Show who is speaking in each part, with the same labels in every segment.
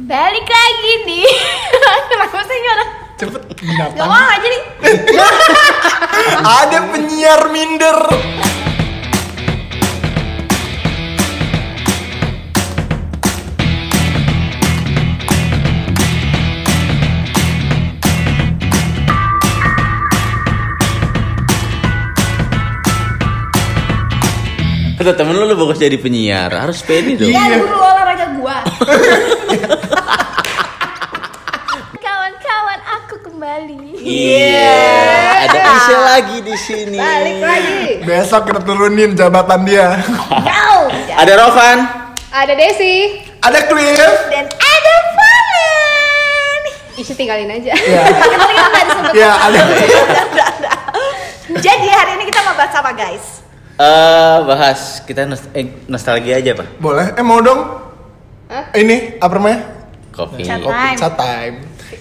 Speaker 1: Balik lagi di Kenapa saya nyuruh?
Speaker 2: Cepet
Speaker 1: Gak
Speaker 2: binatang. Iya.
Speaker 1: mau aja nih
Speaker 2: Ada penyiar minder.
Speaker 3: Kata temen lu, lu bagus jadi penyiar, harus pede dong.
Speaker 2: Iya.
Speaker 1: Ya dulu olahraga gua Kawan-kawan aku kembali
Speaker 3: Iya. Ada
Speaker 2: Iya.
Speaker 3: Isya lagi di sini.
Speaker 1: Balik lagi
Speaker 2: Besok kita turunin jabatan dia.
Speaker 1: Jauh
Speaker 3: Ada Rovan.
Speaker 4: Ada Desi.
Speaker 2: Ada Cliff.
Speaker 1: Dan ada Valen
Speaker 4: Isi tinggalin aja.
Speaker 2: Ya,
Speaker 1: Kita kan nggak disebut.
Speaker 2: ya ada.
Speaker 1: Jadi hari ini kita mau bahas apa guys?
Speaker 3: Eh bahas kita nos- eh, nostalgia aja pak.
Speaker 2: Boleh? Eh mau dong?
Speaker 4: Hah?
Speaker 2: Ini apa namanya?
Speaker 3: Kopi.
Speaker 1: Chat
Speaker 2: Kopi
Speaker 1: Time.
Speaker 2: chat time.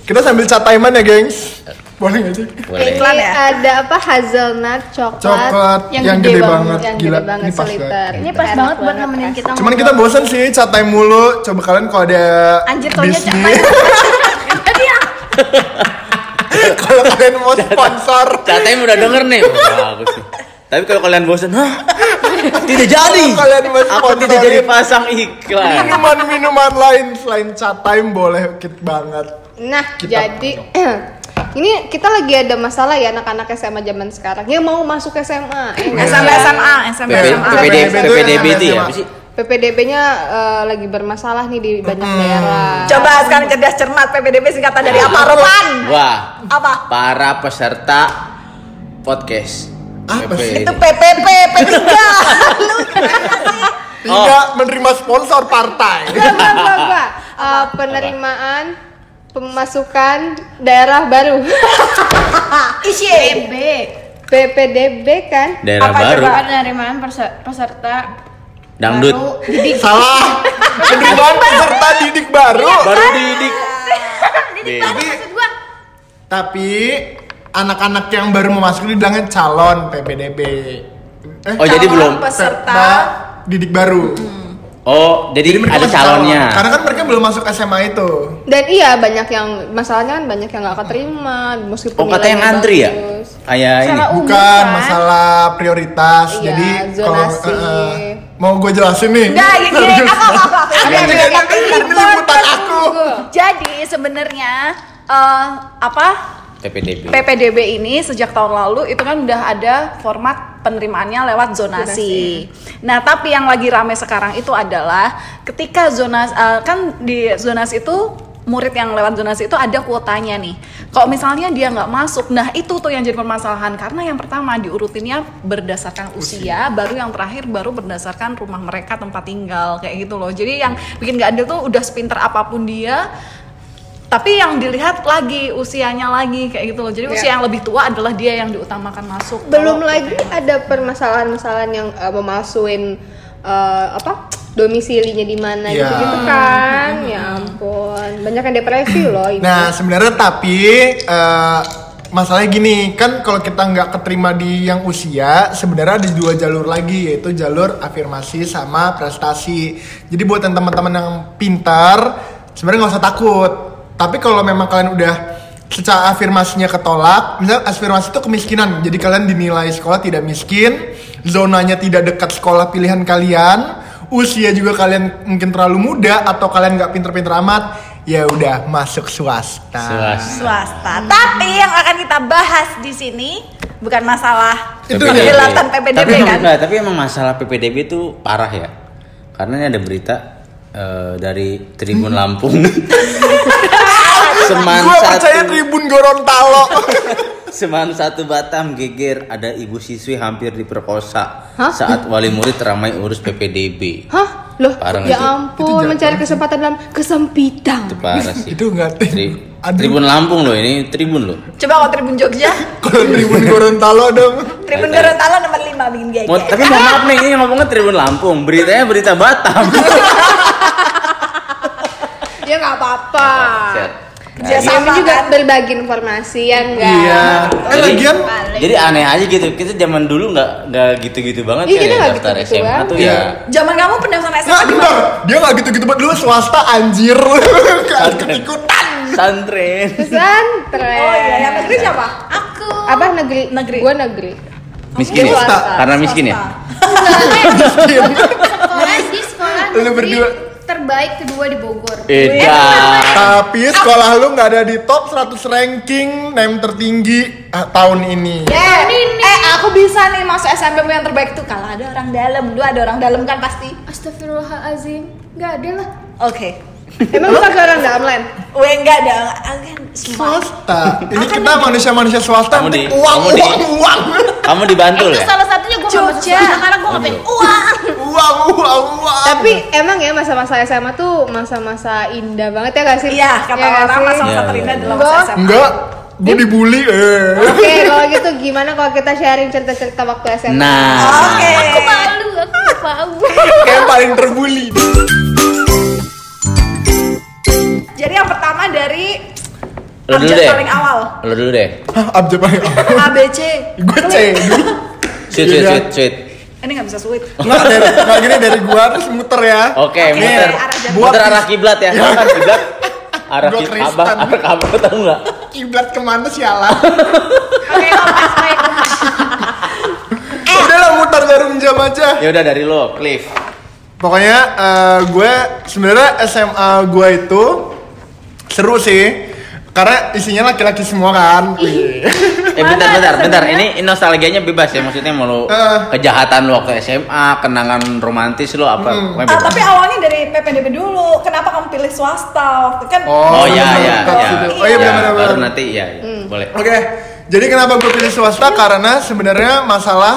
Speaker 2: Kita sambil chat timean ya, gengs. Boleh gak sih?
Speaker 3: Boleh.
Speaker 1: Iklan ya?
Speaker 4: ada apa hazelnut coklat,
Speaker 2: Coklat yang gede banget,
Speaker 4: yang
Speaker 2: gila.
Speaker 4: gede banget
Speaker 2: Ini pas
Speaker 4: seliter.
Speaker 2: banget.
Speaker 3: Gitu
Speaker 2: Nah,
Speaker 1: Ini pas
Speaker 3: kan.
Speaker 4: Enak
Speaker 1: banget buat nemenin kita
Speaker 2: Cuman kita bosen sih chat time mulu. Coba kalian kalau ada
Speaker 1: Anjir tonya
Speaker 2: bisnis,
Speaker 1: capek Tadi ya
Speaker 2: kalau kalian mau sponsor,
Speaker 3: Catanya udah denger nih. Wah, Bagus sih. Tapi kalau kalian bosan, hah? Tidak jadi.
Speaker 2: Kalau kalian mau
Speaker 3: Aku tidak
Speaker 2: sponsorin.
Speaker 3: jadi pasang iklan.
Speaker 2: minuman-minuman lain selain chat time boleh kit banget.
Speaker 4: Nah,
Speaker 2: Kita-
Speaker 4: jadi ini kita lagi ada masalah ya anak-anak SMA zaman sekarang yang mau masuk SMA.
Speaker 5: Iya.
Speaker 4: Ya,
Speaker 1: SMA SMA SMA
Speaker 3: PP,
Speaker 2: Sama-
Speaker 3: PPD,
Speaker 2: sama- sama-
Speaker 3: PPDB itu
Speaker 2: sama-
Speaker 3: ya apa sih?
Speaker 4: PPDB-nya eh, lagi bermasalah nih di banyak
Speaker 2: Hmm.
Speaker 4: daerah.
Speaker 1: Coba sekarang cerdas cermat PPDB singkatan dari
Speaker 5: Iya.
Speaker 1: apa Roman?
Speaker 3: Wah,
Speaker 1: Apa?
Speaker 3: para peserta podcast.
Speaker 2: Apa
Speaker 5: Iya.
Speaker 2: sih?
Speaker 3: PPD.
Speaker 1: Itu PPP P3 Lu
Speaker 3: Oh.
Speaker 2: Tidak menerima sponsor partai.
Speaker 4: Enggak, enggak, enggak, enggak. Eh, penerimaan pemasukan daerah baru.
Speaker 1: Isye
Speaker 5: B
Speaker 1: Iya.
Speaker 4: PPDB kan?
Speaker 3: Daerah
Speaker 5: apa
Speaker 3: baru.
Speaker 5: coba penerimaan perse- peserta
Speaker 3: Dangdut.
Speaker 5: baru?
Speaker 2: Salah. Penerimaan peserta didik
Speaker 1: Iya,
Speaker 2: baru.
Speaker 3: Baru didik.
Speaker 2: Tapi tapi anak-anak yang baru mau masuk ini bilangnya calon PPDB. Eh,
Speaker 3: Oh jadi
Speaker 1: Calon
Speaker 3: belum.
Speaker 1: peserta
Speaker 2: didik baru.
Speaker 3: Oh jadi,
Speaker 2: mereka
Speaker 3: ada
Speaker 2: masih
Speaker 3: calonnya.
Speaker 2: calon. Karena kan mereka belum masuk SMA itu.
Speaker 4: Dan iya banyak yang masalahnya kan banyak yang nggak keterima meskipun
Speaker 3: Oh katanya
Speaker 4: nilainya
Speaker 3: ngantri ya?
Speaker 4: bagus.
Speaker 3: Kayak ini.
Speaker 5: Sama umur
Speaker 2: Bukan
Speaker 5: kan?
Speaker 2: masalah prioritas.
Speaker 4: Iya,
Speaker 2: jadi kalau
Speaker 4: zonasi.
Speaker 2: eh, eh, mau gue jelasin nih.
Speaker 1: Nggak,
Speaker 6: ya
Speaker 1: gini, gini,
Speaker 2: Serius.
Speaker 1: apa, apa, apa.
Speaker 2: Ini-
Speaker 1: Ada,
Speaker 2: ini-
Speaker 1: ada,
Speaker 2: ini
Speaker 1: ada.
Speaker 2: liputan aku.
Speaker 5: Jadi sebenarnya eh, apa
Speaker 3: TPDB.
Speaker 5: PPDB ini sejak tahun lalu itu kan udah ada format penerimaannya lewat zonasi. Nah, tapi yang lagi rame sekarang itu adalah ketika zonasi kan di zonasi itu murid yang lewat zonasi itu ada kuotanya nih. Kalau misalnya dia nggak masuk, nah itu tuh yang jadi permasalahan karena yang pertama diurutinnya berdasarkan usia, baru yang terakhir baru berdasarkan rumah mereka tempat tinggal kayak gitu loh. Jadi yang bikin nggak adil tuh udah sepinter apapun dia tapi yang dilihat lagi usianya lagi kayak gitu loh
Speaker 1: Iya.
Speaker 5: jadi usia yang lebih tua adalah dia yang diutamakan masuk
Speaker 4: belum
Speaker 5: Kalau-
Speaker 4: lagi ada permasalahan-masalahan yang eh, mau masukin eh, apa domisilinya di mana
Speaker 2: Iya.
Speaker 4: gitu gitu kan ya ampun banyak yang depresi loh ini
Speaker 2: Nah, sebenarnya tapi eh, masalahnya gini, kan kalau kita nggak keterima di yang usia, sebenarnya ada dua jalur lagi yaitu jalur afirmasi sama prestasi. Jadi buat yang teman-teman yang pintar, sebenarnya nggak usah takut. Tapi kalau memang kalian udah secara afirmasinya ketolak, misal afirmasi itu kemiskinan, jadi kalian dinilai sekolah tidak miskin, zonanya tidak dekat sekolah pilihan kalian, usia juga kalian mungkin terlalu muda atau kalian nggak pinter-pinter amat ya udah masuk swasta
Speaker 3: Swasta.
Speaker 1: swasta. Tapi yang akan kita bahas di sini bukan masalah
Speaker 2: Itu
Speaker 3: PPDB.
Speaker 1: penjelasan PPDB
Speaker 3: tapi, emang-
Speaker 1: kan.
Speaker 3: enggak, tapi emang masalah PPDB itu parah ya. Karena ini ada berita eh, dari Tribun Lampung. Seman
Speaker 2: gue Hmm. percaya
Speaker 3: satu,
Speaker 2: Tribun Gorontalo
Speaker 3: Seman satu Batam geger ada ibu siswi hampir diperkosa saat wali murid ramai urus PPDB.
Speaker 4: hah loh
Speaker 3: Parah
Speaker 4: ya
Speaker 3: itu.
Speaker 2: Itu
Speaker 4: ampun
Speaker 2: jahat
Speaker 4: mencari
Speaker 2: banget
Speaker 4: kesempatan dalam kesempitan
Speaker 3: Itu parah sih.
Speaker 2: itu nggak
Speaker 3: Tri-
Speaker 2: Aduh.
Speaker 3: Tribun Lampung loh ini Tribun loh.
Speaker 1: Coba kalau Tribun Jogja,
Speaker 2: kalau Tribun Gorontalo dong
Speaker 1: Tribun Gorontalo nomor 5 bikin gitu.
Speaker 3: Mau,
Speaker 1: geger.
Speaker 3: tapi mohon maaf nih ini ngomongnya Tribun Lampung, beritanya berita Batam.
Speaker 4: ya nggak apa-apa
Speaker 3: Set.
Speaker 1: Iya.
Speaker 4: kami
Speaker 1: Sama
Speaker 4: Ya, juga
Speaker 1: kan?
Speaker 4: berbagi informasi ya enggak
Speaker 2: Nah, Iya. Eh
Speaker 3: Jadi-
Speaker 2: lagian
Speaker 3: Jadi aneh aja gitu. Kita zaman dulu nggak nggak gitu-gitu banget
Speaker 4: Iya,
Speaker 3: ya,
Speaker 4: kita nggak
Speaker 3: daftar
Speaker 4: gitu-gitu
Speaker 3: SMA
Speaker 4: banget.
Speaker 3: tuh
Speaker 2: Iya.
Speaker 3: ya.
Speaker 1: Zaman kamu pendaftaran
Speaker 2: Nggak
Speaker 1: SMA di
Speaker 2: bentar, dia nggak gitu-gitu buat dulu swasta anjir Kan Nggak ikut-ikutan
Speaker 3: Santren.
Speaker 4: pesantren
Speaker 1: Oh iya, yang negeri siapa? Aku.
Speaker 4: kan, apa negeri
Speaker 1: Negeri.
Speaker 4: gua negeri
Speaker 3: Miskin ya?
Speaker 2: Swasta.
Speaker 3: Karena miskin ya?
Speaker 6: sekolah di sekolah
Speaker 2: Lu
Speaker 6: negeri
Speaker 2: berdua.
Speaker 6: terbaik kedua di Bogor.
Speaker 4: Iya,
Speaker 3: Beda.
Speaker 2: Tapi sekolah lu nggak ada di top 100 ranking name tertinggi ah, tahun ini
Speaker 1: Eh, eh, aku bisa nih masuk SMP yang terbaik tuh kalau ada orang dalam. Dua ada orang dalam kan pasti.
Speaker 6: Astagfirullahalazim. Enggak ada lah.
Speaker 1: Oke.
Speaker 4: emang lu kagak orang dalam lain
Speaker 1: Weh enggak ada. aku Kan semua.
Speaker 2: Swasta Ini kita manusia-manusia swasta
Speaker 3: Kamu di-
Speaker 2: penting uang,
Speaker 3: kamu di-
Speaker 2: uang, uang
Speaker 3: Kamu
Speaker 4: Eh,
Speaker 3: dibantul
Speaker 6: Itu
Speaker 3: ya?
Speaker 6: salah satunya gua nggak masuk
Speaker 1: Jogja.
Speaker 6: sekolah karena gua ngapain? Oh,
Speaker 1: Uang.
Speaker 2: Uang, uang, uang
Speaker 4: tapi emang ya masa-masa SMA tuh masa-masa indah banget ya gak sih
Speaker 1: Iya, kata
Speaker 4: nggak
Speaker 1: orang
Speaker 4: sih?
Speaker 1: masa
Speaker 3: Iya,
Speaker 1: masa terindah
Speaker 3: iya,
Speaker 1: dalam
Speaker 4: iya.
Speaker 1: masa SMA.
Speaker 2: Enggak, gue dibully eh.
Speaker 4: Oke, kalau gitu gimana kalau kita sharing cerita-cerita waktu SMA?
Speaker 3: Nah,
Speaker 1: Oke.
Speaker 6: Aku malu, aku malu.
Speaker 2: Kayak paling terbully
Speaker 1: Jadi yang pertama dari
Speaker 3: lo dulu
Speaker 1: abjad
Speaker 3: deh.
Speaker 1: paling awal.
Speaker 3: Lo dulu deh.
Speaker 2: Hah, abjad paling
Speaker 1: A B C.
Speaker 2: Gue C dulu
Speaker 3: Sweet,
Speaker 2: Iya.
Speaker 3: sweet, sweet, sweet.
Speaker 1: Ini nggak bisa sulit.
Speaker 2: Nggak dari, nggak gini dari gua terus muter ya
Speaker 3: Oke,
Speaker 1: Oke,
Speaker 3: muter.
Speaker 1: arah Iya. jalan.
Speaker 3: Muter
Speaker 2: Buat-
Speaker 3: arah kiblat ya. Kan kiblat. Arah
Speaker 2: Gua
Speaker 3: kiblat.
Speaker 2: Kristen.
Speaker 3: Abah, arah kabel tahu nggak?
Speaker 2: Kiblat kemana sialan
Speaker 1: Oke, kompas baik.
Speaker 2: Udah lah mutar jarum jam aja
Speaker 3: Ya udah dari lo, Cliff.
Speaker 2: Pokoknya eh, gue sebenarnya SMA gue itu seru sih. Karena isinya laki-laki semua kan.
Speaker 3: Eh bentar bentar bentar
Speaker 1: ya?
Speaker 3: ini nostalgianya bebas ya maksudnya mau lo
Speaker 2: Eh.
Speaker 3: kejahatan lo waktu SMA kenangan romantis lo apa
Speaker 1: Ah,
Speaker 3: pokoknya bebas.
Speaker 1: tapi awalnya dari PPDB dulu. Kenapa kamu pilih swasta waktu kan?
Speaker 3: oh
Speaker 2: iya,
Speaker 3: ya ya
Speaker 2: iya,
Speaker 3: ya
Speaker 2: iya.
Speaker 1: Oh, iya,
Speaker 3: Ya,
Speaker 2: benar-benar.
Speaker 3: baru nanti ya, ya.
Speaker 1: Hmm.
Speaker 3: boleh
Speaker 2: Oke. Jadi kenapa gue pilih swasta? Karena sebenarnya masalah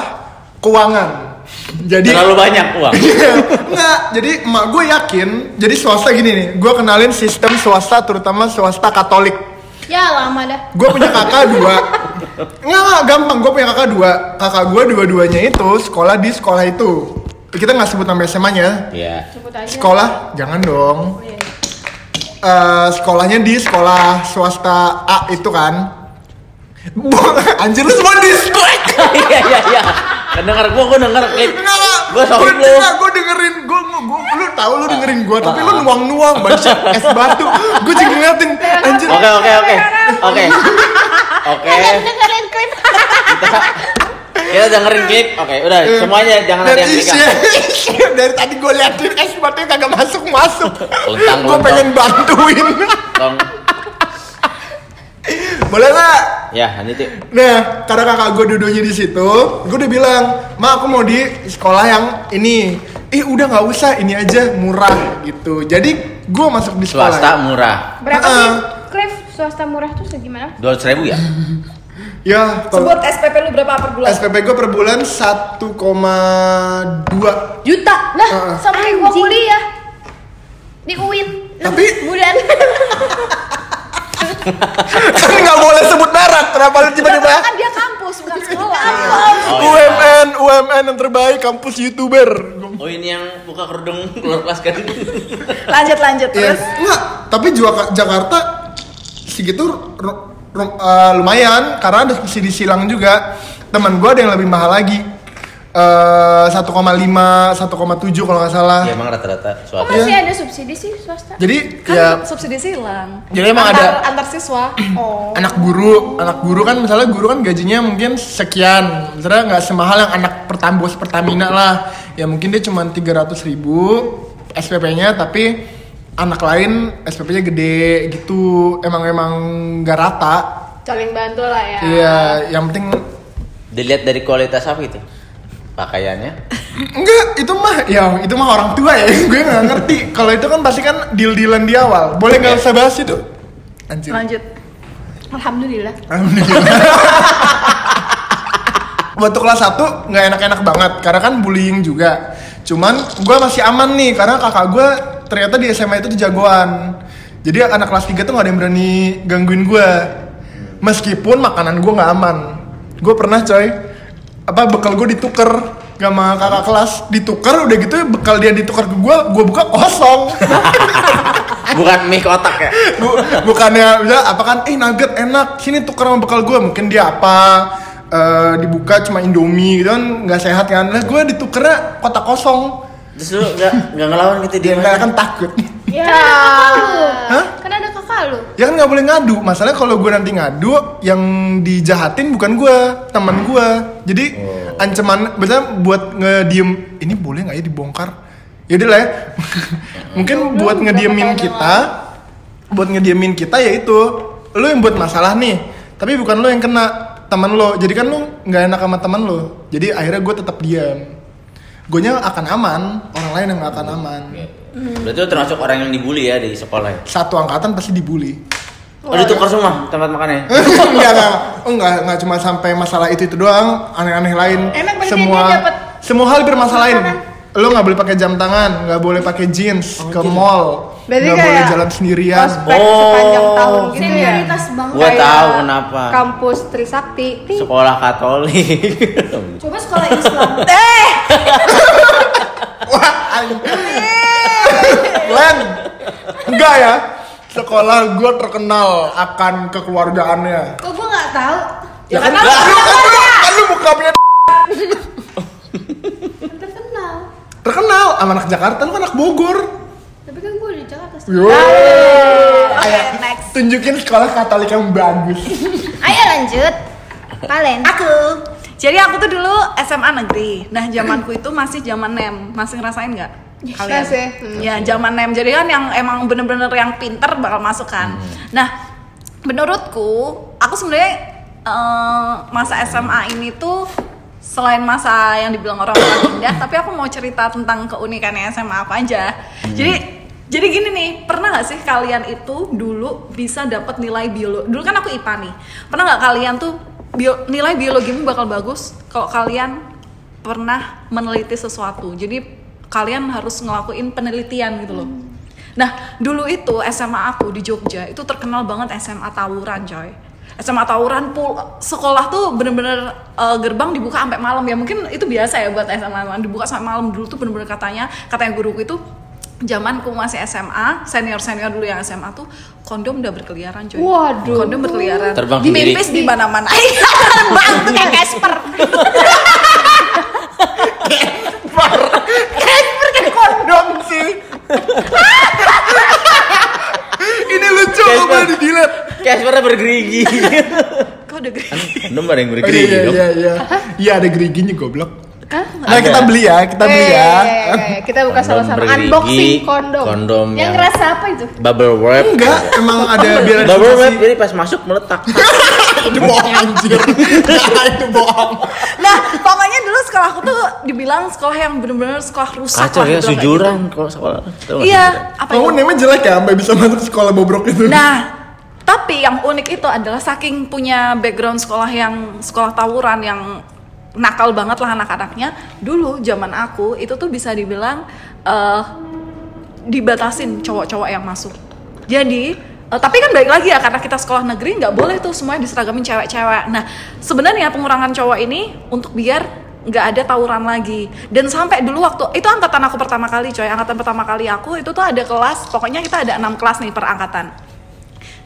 Speaker 2: keuangan. Jadi Iya.
Speaker 3: terlalu banyak uang
Speaker 2: Enggak, jadi emak gue yakin, jadi swasta gini nih, gue kenalin sistem swasta terutama swasta katolik
Speaker 6: Ya lama dah.
Speaker 2: gue punya kakak dua nggak nggak, gampang gue punya kakak dua kakak gue dua-duanya itu sekolah di sekolah itu kita nggak sebut nama SMA nya
Speaker 3: ya
Speaker 6: Sebut aja.
Speaker 2: sekolah jangan dong Eh, sekolahnya di sekolah swasta A itu kan anjir lu semua dislike
Speaker 3: iya iya iya kedengar gua gua denger Cliff gua Ah. sorry lo
Speaker 2: gue dengerin gue gue lu tahu lu dengerin gue tapi lu nuang nuang baca es batu gue jadi ngeliatin anjir
Speaker 3: oke oke oke oke oke
Speaker 6: Eh. Dengerin klip.
Speaker 3: kita dengerin Cliff oke udah
Speaker 2: Eh,
Speaker 3: semuanya jangan ada
Speaker 2: dari
Speaker 3: yang
Speaker 2: isi
Speaker 3: nikah
Speaker 2: dari tadi gue liatin es batunya kagak masuk masuk
Speaker 3: Untang,
Speaker 2: gue
Speaker 3: untang.
Speaker 2: pengen bantuin
Speaker 3: Tong.
Speaker 2: boleh nggak
Speaker 3: ya nanti Ti.
Speaker 2: nah karena kakak gue dudunya di situ gue udah bilang ma aku mau di sekolah yang ini ih udah nggak usah ini aja murah gitu jadi gue masuk di sekolah
Speaker 3: swasta murah
Speaker 6: Berapa
Speaker 2: Heeh.
Speaker 6: sih? Cliff, swasta murah tuh segimana?
Speaker 3: dua ratus ribu ya
Speaker 2: ya
Speaker 1: Sebut
Speaker 2: kalau
Speaker 1: SPP lu berapa per bulan?
Speaker 2: SPP gue per bulan 1,2
Speaker 6: Juta. Lah,
Speaker 2: Heeh.
Speaker 6: sama kayak gua kuliah. Di UIN. enam
Speaker 2: Tapi-
Speaker 6: bulan.
Speaker 2: kan nggak boleh sebut merek kenapa lu tiba-tiba
Speaker 1: Kan dia kampus bukan sekolah.
Speaker 3: Oh, iya.
Speaker 2: UMN UMN yang terbaik kampus youtuber
Speaker 3: oh ini yang buka kerudung keluar kelas kan
Speaker 1: Lanjut lanjut
Speaker 2: Iya.
Speaker 1: terus.
Speaker 2: Enggak, tapi Jua- Jakarta segitu ru- ru- eh, lumayan karena ada subsidi silang juga. Teman gua ada yang lebih mahal lagi. Eh 1,5, 1,7 kalau nggak salah.
Speaker 3: ya emang rata-rata
Speaker 6: Kok
Speaker 3: swasta
Speaker 2: Iya.
Speaker 6: masih ada subsidi sih swasta?
Speaker 2: Jadi
Speaker 5: Kan
Speaker 2: ya
Speaker 5: subsidi silang.
Speaker 2: Jadi emang ada-
Speaker 5: antar, antar siswa. Oh.
Speaker 2: anak guru, anak guru kan misalnya guru kan gajinya mungkin sekian. Misalnya nggak semahal yang anak pertambos Pertamina lah. Ya mungkin dia cuma 300 ribu SPP-nya tapi anak lain SPP-nya gede gitu. Emang emang nggak rata.
Speaker 4: Saling bantu lah ya.
Speaker 2: Iya, yang penting
Speaker 3: dilihat dari kualitas apa itu pakaiannya
Speaker 2: enggak itu mah ya itu mah orang tua ya gue nggak ngerti kalau itu kan pasti kan deal dealan di awal boleh nggak usah bahas itu anjir
Speaker 5: Lanjut.
Speaker 6: Alhamdulillah.
Speaker 2: Alhamdulillah. Waktu kelas 1 nggak enak-enak banget karena kan bullying juga. Cuman gue masih aman nih karena kakak gue ternyata di SMA itu tuh jagoan. Jadi anak kelas 3 tuh nggak ada yang berani gangguin gue. Meskipun makanan gue nggak aman. Gue pernah coy apa bekal gue dituker sama kakak kelas ditukar udah gitu bekal dia ditukar ke gue gue buka kosong
Speaker 3: Bukan mie kotak ya?
Speaker 2: Bu- bukannya ya apa kan eh nugget enak sini tuker sama bekal gue mungkin dia apa eh, dibuka cuma indomie gitu kan nggak sehat kan lah gue ditukernya kotak kosong
Speaker 3: Terus lu gak, gak ngelawan gitu dia
Speaker 2: dia nggak kan. akan takut
Speaker 6: Iya.
Speaker 2: Hah?
Speaker 6: Kan ada kakak lu.
Speaker 2: ya kan nggak boleh ngadu masalahnya kalau gue nanti ngadu yang dijahatin bukan gue teman gue jadi ancaman maksudnya buat ngediem ini boleh nggak ya dibongkar yaudah lah ya mungkin buat ngediemin kita buat ngediemin kita yaitu lu yang buat masalah nih tapi bukan lu yang kena teman lo jadi kan lu nggak enak sama teman lo jadi akhirnya gue tetap diam gue akan aman orang lain yang nggak akan aman
Speaker 3: Berarti lu termasuk orang yang dibully ya di sekolah ya?
Speaker 2: satu angkatan pasti dibully
Speaker 3: Oh ditukar semua tempat makannya?
Speaker 2: enggak enggak enggak enggak Oh, cuma sampai masalah itu itu doang aneh-aneh lain
Speaker 6: Emang berarti
Speaker 2: semua
Speaker 6: dia dapet
Speaker 2: semua hal bermasalahin lo nggak boleh pakai jam tangan nggak boleh pakai jeans ke mall
Speaker 4: Berarti
Speaker 2: nggak boleh
Speaker 4: kayak
Speaker 2: jalan sendirian
Speaker 4: Ospek sepanjang
Speaker 3: Oh.
Speaker 4: tahun gitu ya.
Speaker 6: Senioritas banget.
Speaker 3: Gua
Speaker 4: Kayak
Speaker 3: tahu kenapa.
Speaker 4: Kampus Trisakti. Ti.
Speaker 3: Sekolah Katolik.
Speaker 6: Coba sekolah Islam.
Speaker 1: Eh!
Speaker 2: wah anjing. Glenn enggak ya sekolah gue terkenal akan kekeluargaannya
Speaker 6: Kok gua nggak tahu?
Speaker 2: ya kan lu kan lu kan lu buka punya
Speaker 6: Terkenal.
Speaker 2: terkenal sama anak Jakarta lu kan anak Bogor
Speaker 6: Tapi kan gua di Jakarta.
Speaker 2: yo Ayo, tunjukin sekolah Katolik yang bagus
Speaker 6: Ayo lanjut. Valen. Aku.
Speaker 5: Jadi aku tuh dulu SMA negeri. Nah, zamanku itu masih zaman NEM. Masih ngerasain nggak?
Speaker 1: Iya
Speaker 5: Kalian?
Speaker 4: Masih. Hmm.
Speaker 5: Ya, zaman NEM. Jadi kan yang emang bener-bener yang pinter bakal masuk kan. Nah, menurutku, aku sebenarnya eh, masa SMA ini tuh selain masa yang dibilang orang-orang indah, tapi aku mau cerita tentang keunikannya SMA apa aja. Jadi jadi gini nih, pernah nggak sih kalian itu dulu bisa dapat nilai biologi? Dulu kan aku IPA nih. Pernah nggak kalian tuh bio- nilai biologimu bakal bagus kalau kalian pernah meneliti sesuatu. Jadi kalian harus ngelakuin penelitian gitu loh. Nah, dulu itu SMA aku di Jogja itu terkenal banget SMA tawuran, coy. SMA tawuran pul sekolah tuh bener-bener eh, gerbang dibuka sampai malam ya. Mungkin itu biasa ya buat SMA dibuka sampai malam dulu tuh bener-bener katanya katanya guruku itu zamanku masih SMA, senior-senior dulu yang SMA tuh kondom udah berkeliaran, coy.
Speaker 4: Waduh.
Speaker 5: Kondom berkeliaran.
Speaker 3: Terbang sendiri.
Speaker 5: Dimimpis di mana-mana. Iya, terbang tuh kayak Casper.
Speaker 2: kondom sih ini lucu
Speaker 3: Guys,
Speaker 2: kok boleh
Speaker 3: Bang.
Speaker 2: didilet
Speaker 3: Kayak sebenarnya bergerigi. Kan,
Speaker 5: Kok udah gede?
Speaker 3: Belum ada yang
Speaker 2: Oh, iya
Speaker 3: bergerigi
Speaker 2: iya
Speaker 3: dong.
Speaker 2: iya iya iya ada geriginya goblok
Speaker 3: Ada.
Speaker 2: nah kita beli ya kita beli
Speaker 4: Eh,
Speaker 2: ya
Speaker 4: iya, iya, iya. Kita buka
Speaker 3: Kondom
Speaker 4: sama-sama
Speaker 3: bergerigi,
Speaker 4: unboxing kondom.
Speaker 3: Kondom
Speaker 6: Yang
Speaker 3: yang,
Speaker 6: ngerasa apa itu?
Speaker 3: bubble wrap.
Speaker 2: enggak emang ada biar ada
Speaker 3: Bubble wrap
Speaker 2: sensasi.
Speaker 3: jadi pas masuk meletak.
Speaker 2: itu bohong anjir Nah, itu bohong
Speaker 5: Nah, pokoknya dulu sekolahku tuh dibilang sekolah yang bener-bener sekolah rusak
Speaker 3: Kacau
Speaker 5: lah,
Speaker 3: ya
Speaker 5: dibilang kayak
Speaker 3: sujuran kalau sekolah. Tahu
Speaker 5: gitu.
Speaker 3: nggak
Speaker 5: Iya,
Speaker 3: sujuran?
Speaker 5: apa
Speaker 2: kamu
Speaker 5: itu?
Speaker 2: namanya jelek ya sampai bisa masuk sekolah bobrok itu
Speaker 5: Nah, tapi yang unik itu adalah saking punya background sekolah yang sekolah tawuran yang nakal banget lah anak-anaknya. Dulu zaman aku itu tuh bisa dibilang eh dibatasin cowok-cowok yang masuk. Jadi eh, tapi kan baik lagi ya karena kita sekolah negeri nggak boleh tuh semuanya diseragamin cewek-cewek. Nah sebenarnya pengurangan cowok ini untuk biar nggak ada tawuran lagi dan sampai dulu waktu itu angkatan aku pertama kali coy angkatan pertama kali aku itu tuh ada kelas pokoknya kita ada enam kelas nih per angkatan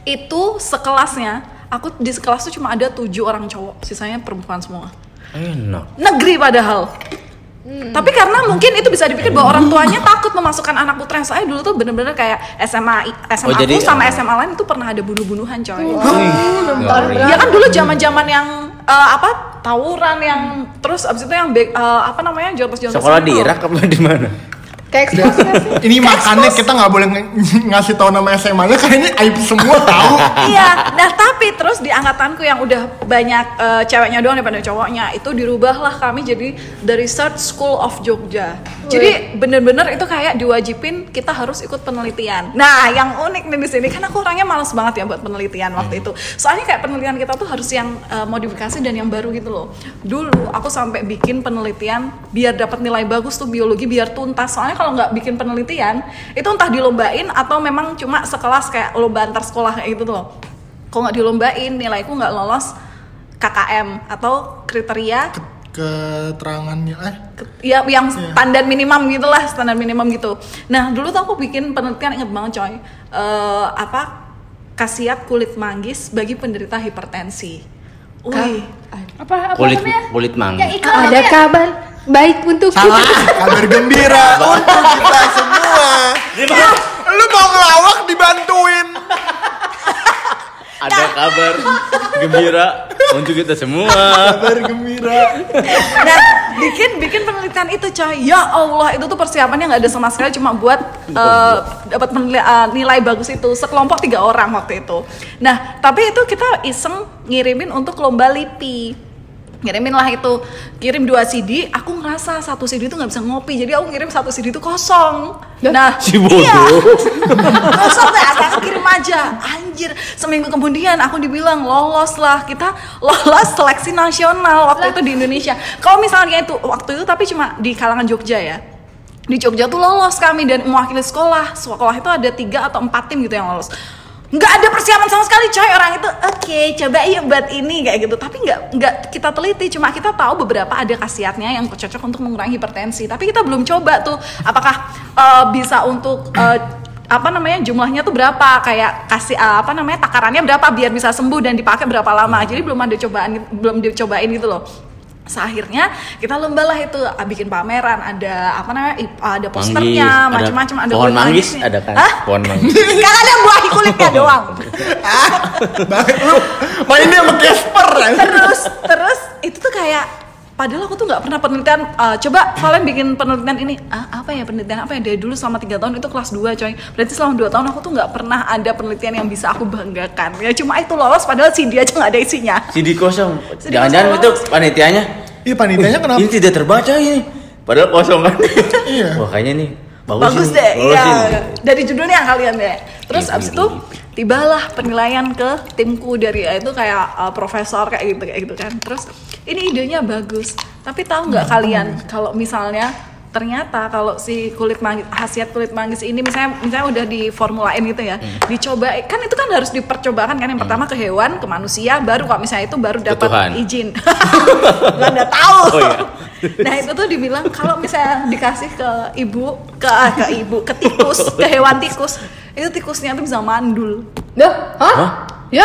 Speaker 5: itu sekelasnya aku di sekelas tuh cuma ada tujuh orang cowok sisanya perempuan semua
Speaker 3: Enak.
Speaker 5: negeri padahal tapi karena mungkin itu bisa dipikir bahwa orang tuanya takut memasukkan anak putra saya dulu tuh bener-bener kayak SMA
Speaker 3: Oh,
Speaker 5: SMA aku
Speaker 3: jadi, eh.
Speaker 5: sama SMA lain itu pernah ada bunuh-bunuhan coy
Speaker 3: Ngeri.
Speaker 5: ya kan dulu zaman-zaman yang eh, apa tawuran yang terus abis itu yang be- eh, apa namanya jorpes-jorpes
Speaker 3: Sekolah di
Speaker 5: itu.
Speaker 3: Irak apa di mana?
Speaker 4: Kayak ekspos nggak sih?
Speaker 2: ini makannya kita nggak boleh nge- ngasih tahu nama SMA nya karena ini aib semua tahu
Speaker 5: iya nah tapi terus di angkatanku yang udah banyak eh, ceweknya doang daripada cowoknya itu dirubahlah kami jadi the research school of Jogja jadi bener-bener itu kayak diwajibin kita harus ikut penelitian nah yang unik nih di sini kan aku orangnya males banget ya buat penelitian waktu itu soalnya kayak penelitian kita tuh harus yang eh, modifikasi dan yang baru gitu loh dulu aku sampai bikin penelitian biar dapat nilai bagus tuh biologi biar tuntas soalnya kalau nggak bikin penelitian itu entah dilombain atau memang cuma sekelas kayak lomba antar sekolah kayak gitu tuh loh kalau nggak dilombain nilaiku nggak lolos KKM atau kriteria
Speaker 2: keterangannya eh
Speaker 5: ya yang standar minimum gitulah standar minimum gitu nah dulu tuh aku bikin penelitian inget banget coy Eh, apa khasiat kulit manggis bagi penderita hipertensi Wih,
Speaker 6: Apa apa
Speaker 3: Kulit
Speaker 6: namanya?
Speaker 3: kulit
Speaker 6: Yang
Speaker 3: manggis.
Speaker 6: iklan
Speaker 4: Ada
Speaker 6: namanya?
Speaker 4: kabar baik untuk
Speaker 2: salah kabar gembira untuk kita semua lu, lu mau ngelawak dibantuin
Speaker 3: Ada kabar gembira untuk kita semua.
Speaker 2: kabar gembira
Speaker 5: nah bikin bikin penelitian itu coy ya allah itu tuh persiapannya nggak ada sama sekali cuma buat eh, dapat menilai- eh, nilai bagus itu sekelompok tiga orang waktu itu nah tapi itu kita iseng ngirimin untuk lomba lipi ngirimin lah itu kirim dua CD aku ngerasa satu CD itu nggak bisa ngopi jadi aku ngirim satu CD itu kosong nah
Speaker 3: Si
Speaker 5: iya.
Speaker 3: bodoh.
Speaker 5: Kosong deh, asal aku kirim aja. Anjir, seminggu kemudian aku dibilang lolos lah kita lolos seleksi nasional waktu itu di Indonesia. Kalau misalnya itu waktu itu tapi cuma di kalangan Jogja ya. Di Jogja tuh lolos kami dan mewakili sekolah. Sekolah itu ada tiga atau empat tim gitu yang lolos. Nggak ada persiapan sama sekali coy orang itu oke coba yuk buat ini kayak gitu tapi nggak nggak kita teliti cuma kita tahu beberapa ada khasiatnya yang cocok untuk mengurangi hipertensi tapi kita belum coba tuh apakah eh, bisa untuk eh, apa namanya jumlahnya tuh berapa kayak kasih eh, apa namanya takarannya berapa biar bisa sembuh dan dipakai berapa lama jadi belum ada cobaan belum dicobain gitu loh akhirnya kita lomba lah itu ah, bikin pameran ada apa namanya i- ada posternya
Speaker 3: Manggis, ada
Speaker 5: macam-macam ada
Speaker 3: pohon
Speaker 5: kulit
Speaker 3: manggis,
Speaker 5: manggis.
Speaker 3: ada kan?
Speaker 5: Hah?
Speaker 3: Pohon manggis.
Speaker 5: kan ada buah kulitnya doang
Speaker 2: Baik, lu mainnya sama Casper ya?
Speaker 5: terus terus itu tuh kayak padahal aku tuh nggak pernah penelitian eh, coba kalian bikin penelitian ini ah, apa ya penelitian apa ya dari dulu selama tiga tahun itu kelas 2 coy berarti selama 2 tahun aku tuh nggak pernah ada penelitian yang bisa aku banggakan ya cuma itu lolos padahal si dia aja nggak ada isinya
Speaker 3: CD kosong.
Speaker 5: CD
Speaker 3: Jangan-jangan
Speaker 5: kosong.
Speaker 3: itu panitianya.
Speaker 2: Iya panitianya
Speaker 3: Wih,
Speaker 2: kenapa?
Speaker 3: Ini tidak terbaca ini. Padahal kosong kan.
Speaker 2: Iya.
Speaker 3: Wah, kayaknya nih bagus,
Speaker 5: bagus
Speaker 3: ini,
Speaker 5: deh iya
Speaker 3: lolosin.
Speaker 5: dari judulnya kalian deh terus
Speaker 3: Iya,
Speaker 5: abis
Speaker 3: iya,
Speaker 5: itu
Speaker 3: iya.
Speaker 5: tibalah penilaian ke timku dari eh, itu kayak eh, profesor kayak gitu kayak gitu kan terus ini idenya bagus tapi tahu
Speaker 3: Hmm.
Speaker 5: nggak kalian kalau misalnya ternyata kalau si kulit manggis khasiat kulit manggis ini misalnya misalnya udah diformulain gitu ya
Speaker 3: Hmm.
Speaker 5: dicoba kan itu kan harus dipercobakan kan yang pertama ke hewan ke manusia baru kalau misalnya itu baru
Speaker 3: Tuhan.
Speaker 5: dapat izin Belanda tahu
Speaker 3: Oh, iya.
Speaker 5: nah itu tuh dibilang kalau misalnya dikasih ke ibu ke ah, ke ibu ke tikus ke hewan tikus itu tikusnya tuh bisa mandul
Speaker 4: Duh, hah?
Speaker 3: Hah?
Speaker 4: Ya?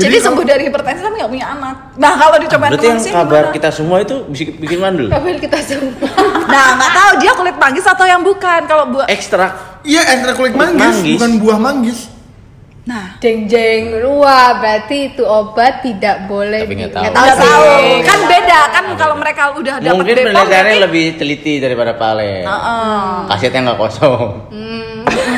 Speaker 5: jadi, sembuh dari hipertensi tapi nggak punya anak nah kalau dicobain
Speaker 3: Berarti
Speaker 5: ke
Speaker 3: yang
Speaker 5: manusia
Speaker 3: kabar
Speaker 5: gimana?
Speaker 3: kita semua itu bisa bikin mandul.
Speaker 4: Kabel kita semua.
Speaker 5: nah nggak tahu dia kulit manggis atau yang bukan
Speaker 3: Eh.
Speaker 5: kalau buat
Speaker 3: Ekstrak.
Speaker 2: Iya ekstra kulit
Speaker 3: Kulit
Speaker 2: manggis,
Speaker 3: manggis.
Speaker 2: bukan buah manggis.
Speaker 5: nah
Speaker 4: Jeng jeng, wah berarti itu obat tidak boleh
Speaker 3: Tapi nggak
Speaker 4: di-
Speaker 3: tahu.
Speaker 5: nggak
Speaker 4: sih.
Speaker 5: tahu kan beda kan kalau mereka udah dapet
Speaker 3: Mungkin
Speaker 5: BPOM,
Speaker 3: penelitiannya
Speaker 5: berarti-
Speaker 3: lebih teliti daripada Pale.
Speaker 5: Heeh.
Speaker 3: Kasetnya nggak kosong.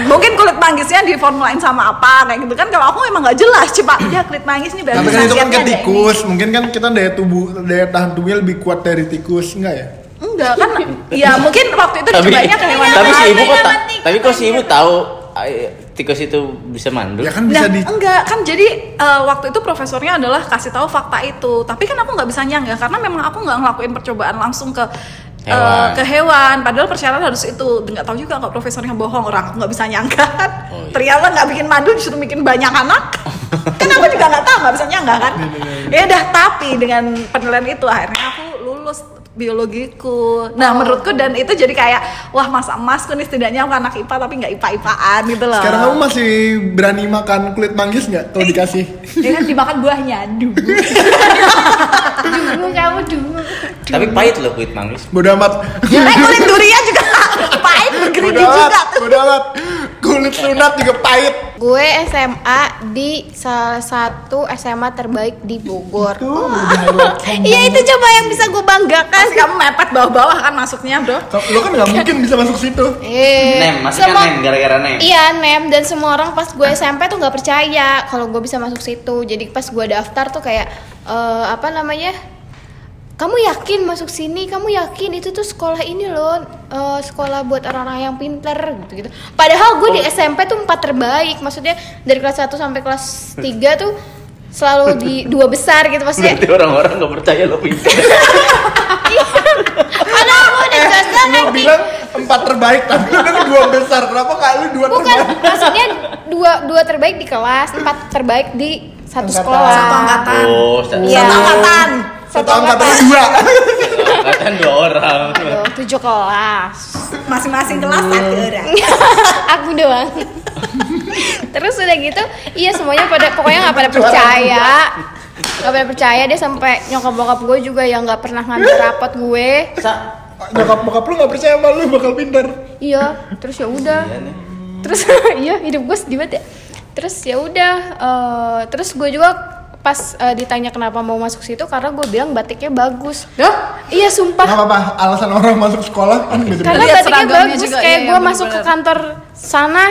Speaker 5: mungkin kulit manggisnya diformulain sama apa kayak gitu kan kalau aku emang nggak jelas coba ya kulit manggis nih
Speaker 2: Tapi
Speaker 5: bagus
Speaker 2: kan itu kan ke
Speaker 5: khasiatnya deh.
Speaker 2: tikus, mungkin kan kita daya tubuh daya tahan tubuhnya lebih kuat dari tikus, enggak ya?
Speaker 5: Enggak kan? Ya mungkin waktu itu
Speaker 3: tapi
Speaker 5: dicobanya ke hewan
Speaker 3: tapi si
Speaker 5: lain.
Speaker 3: ibu kok
Speaker 6: Hewan
Speaker 3: tak
Speaker 6: tikus.
Speaker 3: tapi kok si ibu tahu eh, tikus itu bisa mandul
Speaker 2: Ya kan
Speaker 5: Nah,
Speaker 2: bisa di
Speaker 5: enggak kan jadi eh, waktu itu profesornya adalah kasih tahu fakta itu. Tapi kan aku nggak bisa nyangga karena memang aku nggak ngelakuin percobaan langsung ke eh,
Speaker 3: Hewan.
Speaker 5: ke hewan. Padahal persyaratan harus itu. Nggak tahu juga kalau profesornya bohong orang aku nggak bisa nyangga. kan.
Speaker 3: Oh, iya.
Speaker 5: Ternyata nggak bikin madu disuruh bikin banyak anak. kan aku juga nggak tahu nggak bisa nyangga kan.
Speaker 2: Iya,
Speaker 5: ya udah tapi dengan penilaian itu akhirnya aku lulus biologiku. Nah,
Speaker 3: Oh.
Speaker 5: menurutku dan itu jadi kayak wah masa emasku nih setidaknya aku anak IPA tapi nggak IPA-IPAan gitu loh.
Speaker 2: Sekarang kamu masih berani makan kulit manggis nggak kalau dikasih?
Speaker 5: Dia kan dimakan buahnya, aduh.
Speaker 6: Dulu kamu dulu.
Speaker 3: tapi pahit loh kulit manggis
Speaker 2: Bodoh amat.
Speaker 5: Eh kulit durian juga pahit bergerigi
Speaker 2: Bodoh amat.
Speaker 5: juga tuh.
Speaker 2: Bodoh amat. Kulit sunat juga pahit.
Speaker 7: Gue SMA di salah satu SMA terbaik di Bogor.
Speaker 2: Tuh, udah lu.
Speaker 7: Iya itu coba yang bisa gue banggakan.
Speaker 5: Pasti kamu mepet bawah-bawah kan masuknya bro.
Speaker 2: Kau- Lu kan nggak mungkin bisa masuk situ.
Speaker 7: Eh,
Speaker 3: nem masih kan
Speaker 7: semua-
Speaker 3: nem gara-gara nem
Speaker 7: Iya nem dan semua orang pas gue SMP tuh nggak percaya kalau gue bisa masuk situ. Jadi pas gue daftar tuh kayak eh, apa namanya? Kamu yakin masuk sini? Kamu yakin itu tuh sekolah ini loh eh, sekolah buat orang-orang yang pinter gitu-gitu. Padahal gue di SMP tuh empat terbaik. Maksudnya dari kelas 1 sampai kelas 3 tuh selalu di dua besar gitu maksudnya.
Speaker 3: berarti orang-orang nggak percaya lo pintar
Speaker 7: Padahal gue udah jelas-jelas kan,
Speaker 2: Lu
Speaker 7: nanti
Speaker 2: bilang empat terbaik tapi lu kan dua besar. Kenapa nggak lu dua
Speaker 7: bukan
Speaker 2: terbaik?
Speaker 7: maksudnya dua dua terbaik di kelas, empat terbaik di satu
Speaker 2: Angkatan.
Speaker 7: sekolah.
Speaker 5: Satu angkatan.
Speaker 3: oh sa-
Speaker 7: Ah. Iya.
Speaker 5: Satu angkatan.
Speaker 2: Satu angkatan dua.
Speaker 3: angkatan dua orang.
Speaker 4: Aduh, tujuh kelas.
Speaker 5: Masing-masing kelas satu
Speaker 7: Oh.
Speaker 5: orang.
Speaker 7: Iya.
Speaker 4: Aku doang. Terus udah gitu, iya semuanya pada pokoknya nggak pada percaya. Nggak pada percaya deh sampai nyokap bokap gue juga yang nggak pernah ngambil rapat gue.
Speaker 3: Sa,
Speaker 2: Nyokap bokap lu gak percaya sama lu bakal pinter
Speaker 4: Iya, terus ya udah.
Speaker 3: iya nih.
Speaker 4: terus iya hidup gue sedih banget ya terus ya udah eh, terus gue juga pas eh, ditanya kenapa mau masuk situ karena gue bilang batiknya bagus
Speaker 2: Gak
Speaker 4: iya sumpah
Speaker 2: apa-apa, alasan orang masuk sekolah kan beda
Speaker 4: karena
Speaker 7: Lihat
Speaker 4: batiknya
Speaker 7: seragamnya
Speaker 4: bagus
Speaker 7: juga,
Speaker 4: kayak
Speaker 7: iya,
Speaker 4: gue
Speaker 7: iya,
Speaker 4: masuk ke
Speaker 7: bener-bener.
Speaker 4: kantor sana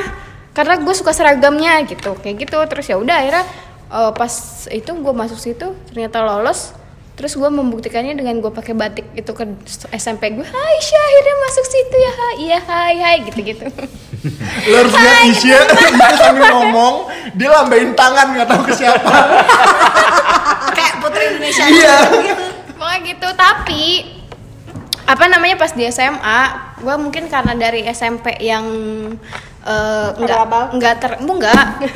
Speaker 4: karena gue suka seragamnya gitu kayak gitu terus ya udah akhirnya eh, pas itu gue masuk situ ternyata lolos terus gue membuktikannya dengan gue pakai batik itu ke SMP gue Hai Syah akhirnya masuk situ ya hai iya hai hai gitu gitu
Speaker 2: Lu harus lihat Isya, Isya sambil ngomong Dia lambain tangan gak tahu ke siapa
Speaker 5: Kayak putri Indonesia
Speaker 2: Iya.
Speaker 5: gitu.
Speaker 4: Pokoknya gitu, tapi apa namanya pas di SMA, gua mungkin karena dari SMP yang eh, nggak nggak ter bu, nggak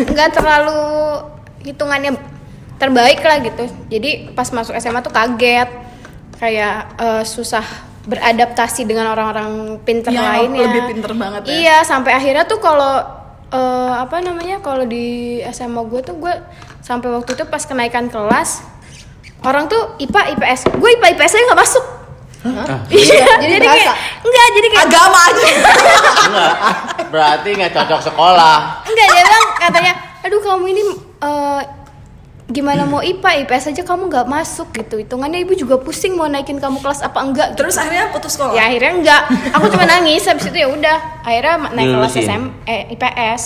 Speaker 4: nggak terlalu hitungannya terbaik lah gitu. Jadi pas masuk SMA tuh kaget kayak eh, susah beradaptasi dengan orang-orang pinter
Speaker 5: Iya,
Speaker 7: Yang
Speaker 4: lain ya.
Speaker 7: Iya, lebih pinter banget ya.
Speaker 4: Iya, sampai akhirnya tuh kalau eh, apa namanya? Kalau di SMA gue tuh gue sampai waktu itu pas kenaikan kelas orang tuh IPA IPS. Gue IPA IPS nya nggak masuk. Iya, jadi,
Speaker 8: Ah. Jadi
Speaker 4: kayak
Speaker 8: bahasa?
Speaker 4: enggak, jadi kayak
Speaker 5: Agama aja.
Speaker 3: Enggak. Berarti nggak cocok sekolah.
Speaker 4: enggak dia bilang katanya, "Aduh, kamu ini eh, gimana mau IPA IPS aja kamu nggak masuk gitu." Hitungannya ibu juga pusing mau naikin kamu kelas apa enggak gitu.
Speaker 5: Terus akhirnya putus sekolah.
Speaker 4: ya akhirnya enggak. Aku cuma nangis habis itu ya udah. Akhirnya naik kelas
Speaker 3: Dilulusin.
Speaker 4: SM eh, IPS.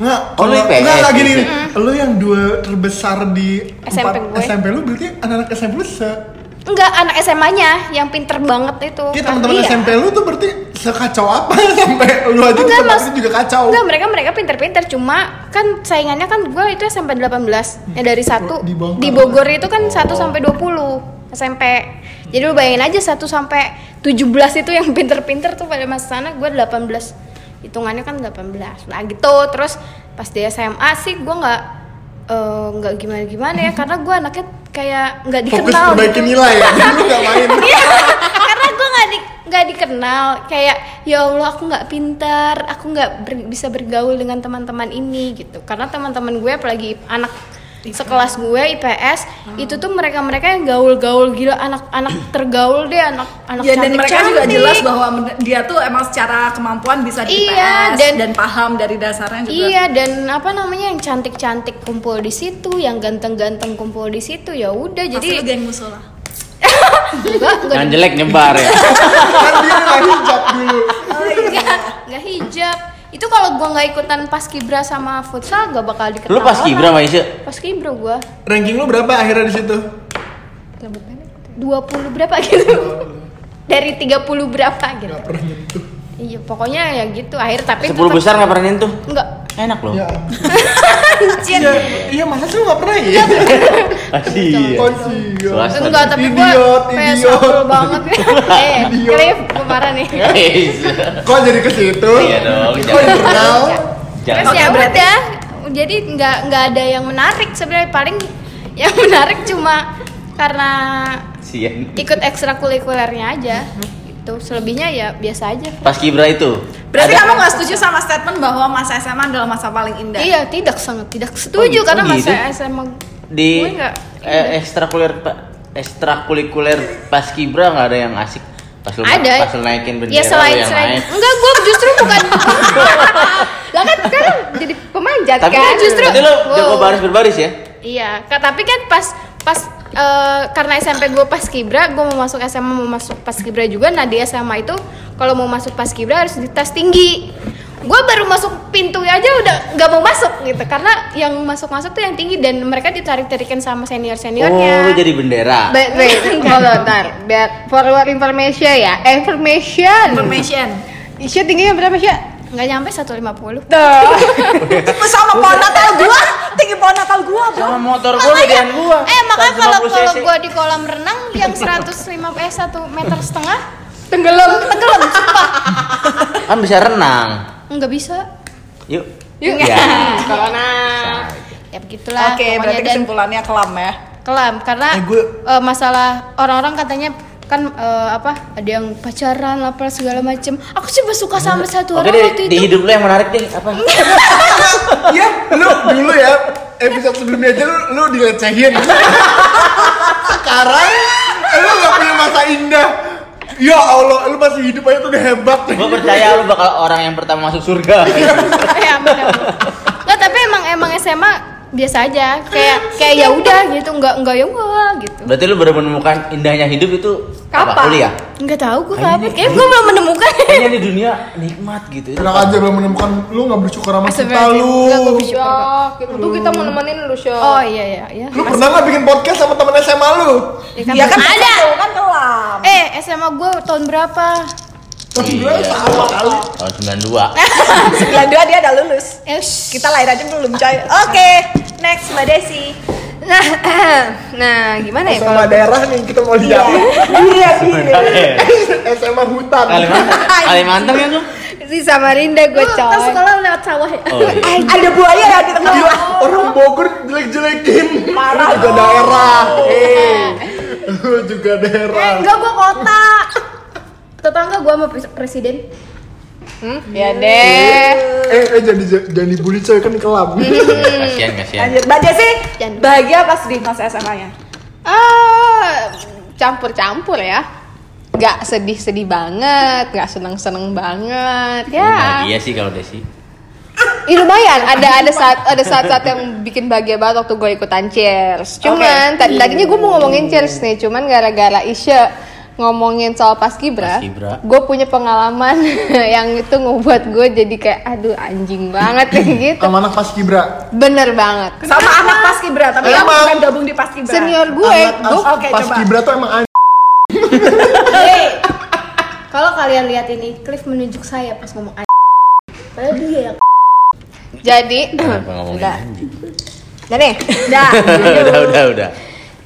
Speaker 2: Nggak,
Speaker 3: Oh, lu
Speaker 2: kalau- gitu.
Speaker 3: IPS.
Speaker 2: nggak, nggak, gini, Lu yang dua terbesar di empat
Speaker 4: SMP gue.
Speaker 2: SMP lu berarti anak-anak SMP lu se
Speaker 4: Enggak, anak SMA-nya yang pinter banget itu.
Speaker 2: Iya teman-teman
Speaker 4: Iya.
Speaker 2: SMP lu tuh berarti sekacau apa sampai lu aja
Speaker 4: Enggak,
Speaker 2: tempat
Speaker 4: Mas.
Speaker 2: itu juga kacau.
Speaker 4: Enggak, mereka mereka pinter-pinter cuma kan saingannya kan gue itu SMP 18. Ya dari satu
Speaker 2: Di Oh. Bangka.
Speaker 4: di Bogor itu kan 1 sampai 20 SMP. Jadi lu bayangin aja 1 sampai 17 itu yang pinter-pinter tuh pada masa sana gue 18. Hitungannya kan 18. Nah gitu. Terus pas di SMA sih gue nggak eh, nggak gimana-gimana ya karena gue anaknya kayak nggak
Speaker 2: Fokus
Speaker 4: dikenal gitu.
Speaker 2: perbaiki nilai ya, jadi lu nggak main.
Speaker 4: karena gue nggak di nggak dikenal kayak ya allah aku nggak pintar aku nggak ber- bisa bergaul dengan teman-teman ini gitu karena teman-teman gue apalagi anak sekelas gue IPS
Speaker 7: Hmm.
Speaker 4: itu tuh mereka-mereka yang gaul-gaul gila anak-anak tergaul deh anak
Speaker 5: Iya,
Speaker 4: anak
Speaker 7: Ya, dan mereka juga
Speaker 4: cantik-cantik.
Speaker 7: jelas bahwa men- dia tuh emang secara kemampuan bisa di IPS
Speaker 4: Iya, dan-
Speaker 7: dan paham dari dasarnya juga.
Speaker 4: Iya dan apa namanya yang cantik-cantik kumpul di situ, yang ganteng-ganteng kumpul di situ ya udah
Speaker 5: Jadi
Speaker 4: jadi
Speaker 5: geng musola.
Speaker 4: enggak enggak
Speaker 3: Yang jelek nyebar ya.
Speaker 2: Kan dia nggak hijab dulu.
Speaker 4: enggak, enggak hijab. Itu kalau gua nggak ikutan paskibra sama futsal gak bakal dikenal.
Speaker 3: Lu pas
Speaker 4: orang.
Speaker 3: kibra sama Isya?
Speaker 4: Paskibra gua
Speaker 2: Ranking lu berapa akhirnya di situ?
Speaker 4: 20 berapa gitu. Dari 30 berapa gitu.
Speaker 2: Nggak pernah nyentuh.
Speaker 4: Iya, pokoknya ya gitu. Akhir tapi
Speaker 3: Sepuluh
Speaker 4: tetap-
Speaker 3: besar nggak pernah nyentuh.
Speaker 4: Enggak.
Speaker 3: Enak loh.
Speaker 2: Ya. Iya, iya masa sih lu nggak pernah ya?
Speaker 3: Kasih.
Speaker 2: Oh, iya.
Speaker 3: Swasta.
Speaker 4: Enggak, tapi gua
Speaker 2: Idiot,
Speaker 4: kayak
Speaker 2: idiot.
Speaker 4: sampul banget. eh,
Speaker 2: Idiot.
Speaker 4: Cliff, gua marah nih.
Speaker 3: Guys.
Speaker 2: Kok jadi ke situ?
Speaker 3: Iya dong,
Speaker 2: Kok
Speaker 3: jangan.
Speaker 2: internal?
Speaker 3: Jangan.
Speaker 4: Terus ya
Speaker 9: kan-
Speaker 4: udah, jadi nggak nggak ada yang menarik sebenarnya paling yang menarik cuma karena
Speaker 3: Sian.
Speaker 4: ikut ekstrakurikulernya aja. Gitu. Selebihnya ya biasa aja.
Speaker 3: Pas kibra itu.
Speaker 7: Berarti kamu nggak setuju
Speaker 5: gitu.
Speaker 7: sama statement bahwa masa SMA adalah masa paling indah?
Speaker 4: Iya, tidak sangat tidak setuju
Speaker 3: Oh,
Speaker 4: karena
Speaker 3: gitu?
Speaker 4: masa SMA
Speaker 3: di
Speaker 4: gue nggak-
Speaker 3: eh, ekstrakurikuler ekstrakurikuler pas kibra nggak ada yang asik pas lu
Speaker 4: ada
Speaker 3: pas lu naikin bendera
Speaker 4: ya selain
Speaker 3: lu yang
Speaker 4: selain
Speaker 3: naik
Speaker 4: enggak gue justru bukan lah kan kan jadi pemanjat
Speaker 3: tapi
Speaker 4: kan justru
Speaker 3: berarti lu
Speaker 4: Wow.
Speaker 3: jago baris berbaris ya
Speaker 4: iya Ka- tapi kan pas pas eh, karena SMP gue pas kibra gue mau masuk SMA mau masuk pas kibra juga nah di SMA itu kalau mau masuk pas kibra harus dites tinggi gue baru masuk pintu aja udah nggak mau masuk gitu karena yang masuk masuk tuh yang tinggi dan mereka ditarik tarikan sama
Speaker 3: oh
Speaker 4: senior
Speaker 3: lu
Speaker 4: seniornya
Speaker 3: jadi bendera
Speaker 9: But wait, hold on, ntar. Biar forward information ya. Eh, Information.
Speaker 5: Information.
Speaker 9: Isya tingginya berapa, Isya?
Speaker 4: nggak nyampe 150
Speaker 5: Itu sama pohon natal gua, tinggi pohon natal gua, Bro.
Speaker 3: sama motor gua gedean gua
Speaker 4: Eh makanya kalau
Speaker 3: 150
Speaker 4: kalau
Speaker 3: cc.
Speaker 4: gua di kolam renang yang 105 eh 1 meter setengah tenggelam tenggelam sumpah
Speaker 3: kan bisa renang
Speaker 4: nggak bisa
Speaker 3: yuk
Speaker 4: Yuk. Iya.
Speaker 3: ya
Speaker 4: ya begitulah
Speaker 5: Oke,
Speaker 4: pokoknya
Speaker 5: berarti
Speaker 4: dan
Speaker 5: kesimpulannya kelam ya.
Speaker 4: kelam karena
Speaker 2: Eh, gua-
Speaker 4: eh, masalah orang-orang katanya
Speaker 7: kan eh, apa ada yang pacaran apa segala macem aku cuma suka sama satu
Speaker 3: Oke
Speaker 7: orang
Speaker 3: deh,
Speaker 7: waktu
Speaker 3: di
Speaker 7: itu
Speaker 3: hidup lu yang menarik deh apa?
Speaker 2: Iya, lu dulu ya episode sebelumnya aja lu, lu dilecehin. Sekarang lu gak punya masa indah. Ya Allah, lu masih hidup aja tuh udah hebat.
Speaker 3: Gua percaya lu bakal orang yang pertama masuk surga.
Speaker 7: ya bener. Nggak, tapi emang emang SMA biasa aja kayak kayak ya udah gitu nggak nggak ya wah gitu
Speaker 3: Berarti lu baru menemukan indahnya hidup itu apa?
Speaker 5: Kapan?
Speaker 3: Kuliah.
Speaker 7: nggak tahu gue
Speaker 3: Ini-
Speaker 7: kapan kayak gue belum menemukan
Speaker 3: Kayaknya di dunia nikmat gitu.
Speaker 2: Enak aja belum menemukan lu gak bersyukur sama kita lu.
Speaker 7: Nggak, gua bersyukur kok.
Speaker 10: Syok, itu Ya, gitu. kita mau nemenin lu Syok
Speaker 7: oh iya iya iya
Speaker 2: Lu pernah gak bikin podcast sama temen SMA lu?
Speaker 4: Iya,
Speaker 7: ya kan ada
Speaker 5: kan kelam.
Speaker 7: eh SMA gue tahun berapa
Speaker 2: Gila, sama kali.
Speaker 3: Iya. Tahun 92.
Speaker 5: 92 dia udah lulus.
Speaker 7: eh shh.
Speaker 5: Kita lahir aja belum coy. Oke, next Mbak Desi.
Speaker 10: nah nah gimana ya
Speaker 2: Sama daerah nih kita mau lihat.
Speaker 5: Iya,
Speaker 3: Eh,
Speaker 2: SMA hutan.
Speaker 3: Kalimantan. Kalimantan kan lu?
Speaker 10: si Samarinda gue
Speaker 6: Kita
Speaker 10: coy
Speaker 6: sekolah lewat sawah ya.
Speaker 3: Oh, iya.
Speaker 5: Ada buaya ya di tengah.
Speaker 2: Gila, orang Bogor jelek-jelekin. Parah juga daerah. Hei. Lu juga
Speaker 7: Eh,
Speaker 2: daerah.
Speaker 6: Eh, Enggak, gua kota. Tetangga gua sama pres- presiden.
Speaker 10: ya deh
Speaker 2: Eh, eh jadi jadi dibully coy kan kelam.
Speaker 3: Kasihan, kasihan.
Speaker 5: Lanjut Mbak Desi. Bahagia pas di masa SMA-nya.
Speaker 4: Ah, campur-campur ya. Gak sedih-sedih banget, gak seneng-seneng banget. Ya,
Speaker 3: Bahagia Iya, sih kalau Desi.
Speaker 4: Ih, lumayan. Ada ada saat ada saat-saat yang bikin bahagia banget waktu gue ikutan cheers. Cuman tadi
Speaker 3: Iya.
Speaker 4: tadinya gue mau ngomongin cheers nih, cuman gara-gara Isya ngomongin soal paskibra,
Speaker 3: Paskibra.
Speaker 4: gue punya pengalaman yang itu ngebuat gue jadi kayak aduh anjing banget gitu.
Speaker 2: Sama anak pas kibra.
Speaker 4: Bener banget.
Speaker 5: Sama anak Paskibra, tapi
Speaker 2: Emang.
Speaker 5: aku bukan gabung di Paskibra.
Speaker 4: Iya. Senior ya, gue, gue
Speaker 5: Oke,
Speaker 2: pas
Speaker 5: coba.
Speaker 2: kibra tuh emang anjing.
Speaker 6: Kalau kalian lihat ini, Cliff menunjuk saya pas ngomong a**. Padahal dia
Speaker 7: ya.
Speaker 6: yang
Speaker 4: jadi
Speaker 3: Kenapa ngomongin
Speaker 4: Udah.
Speaker 3: anjing?
Speaker 4: Udah deh.
Speaker 3: udah, udah, udah.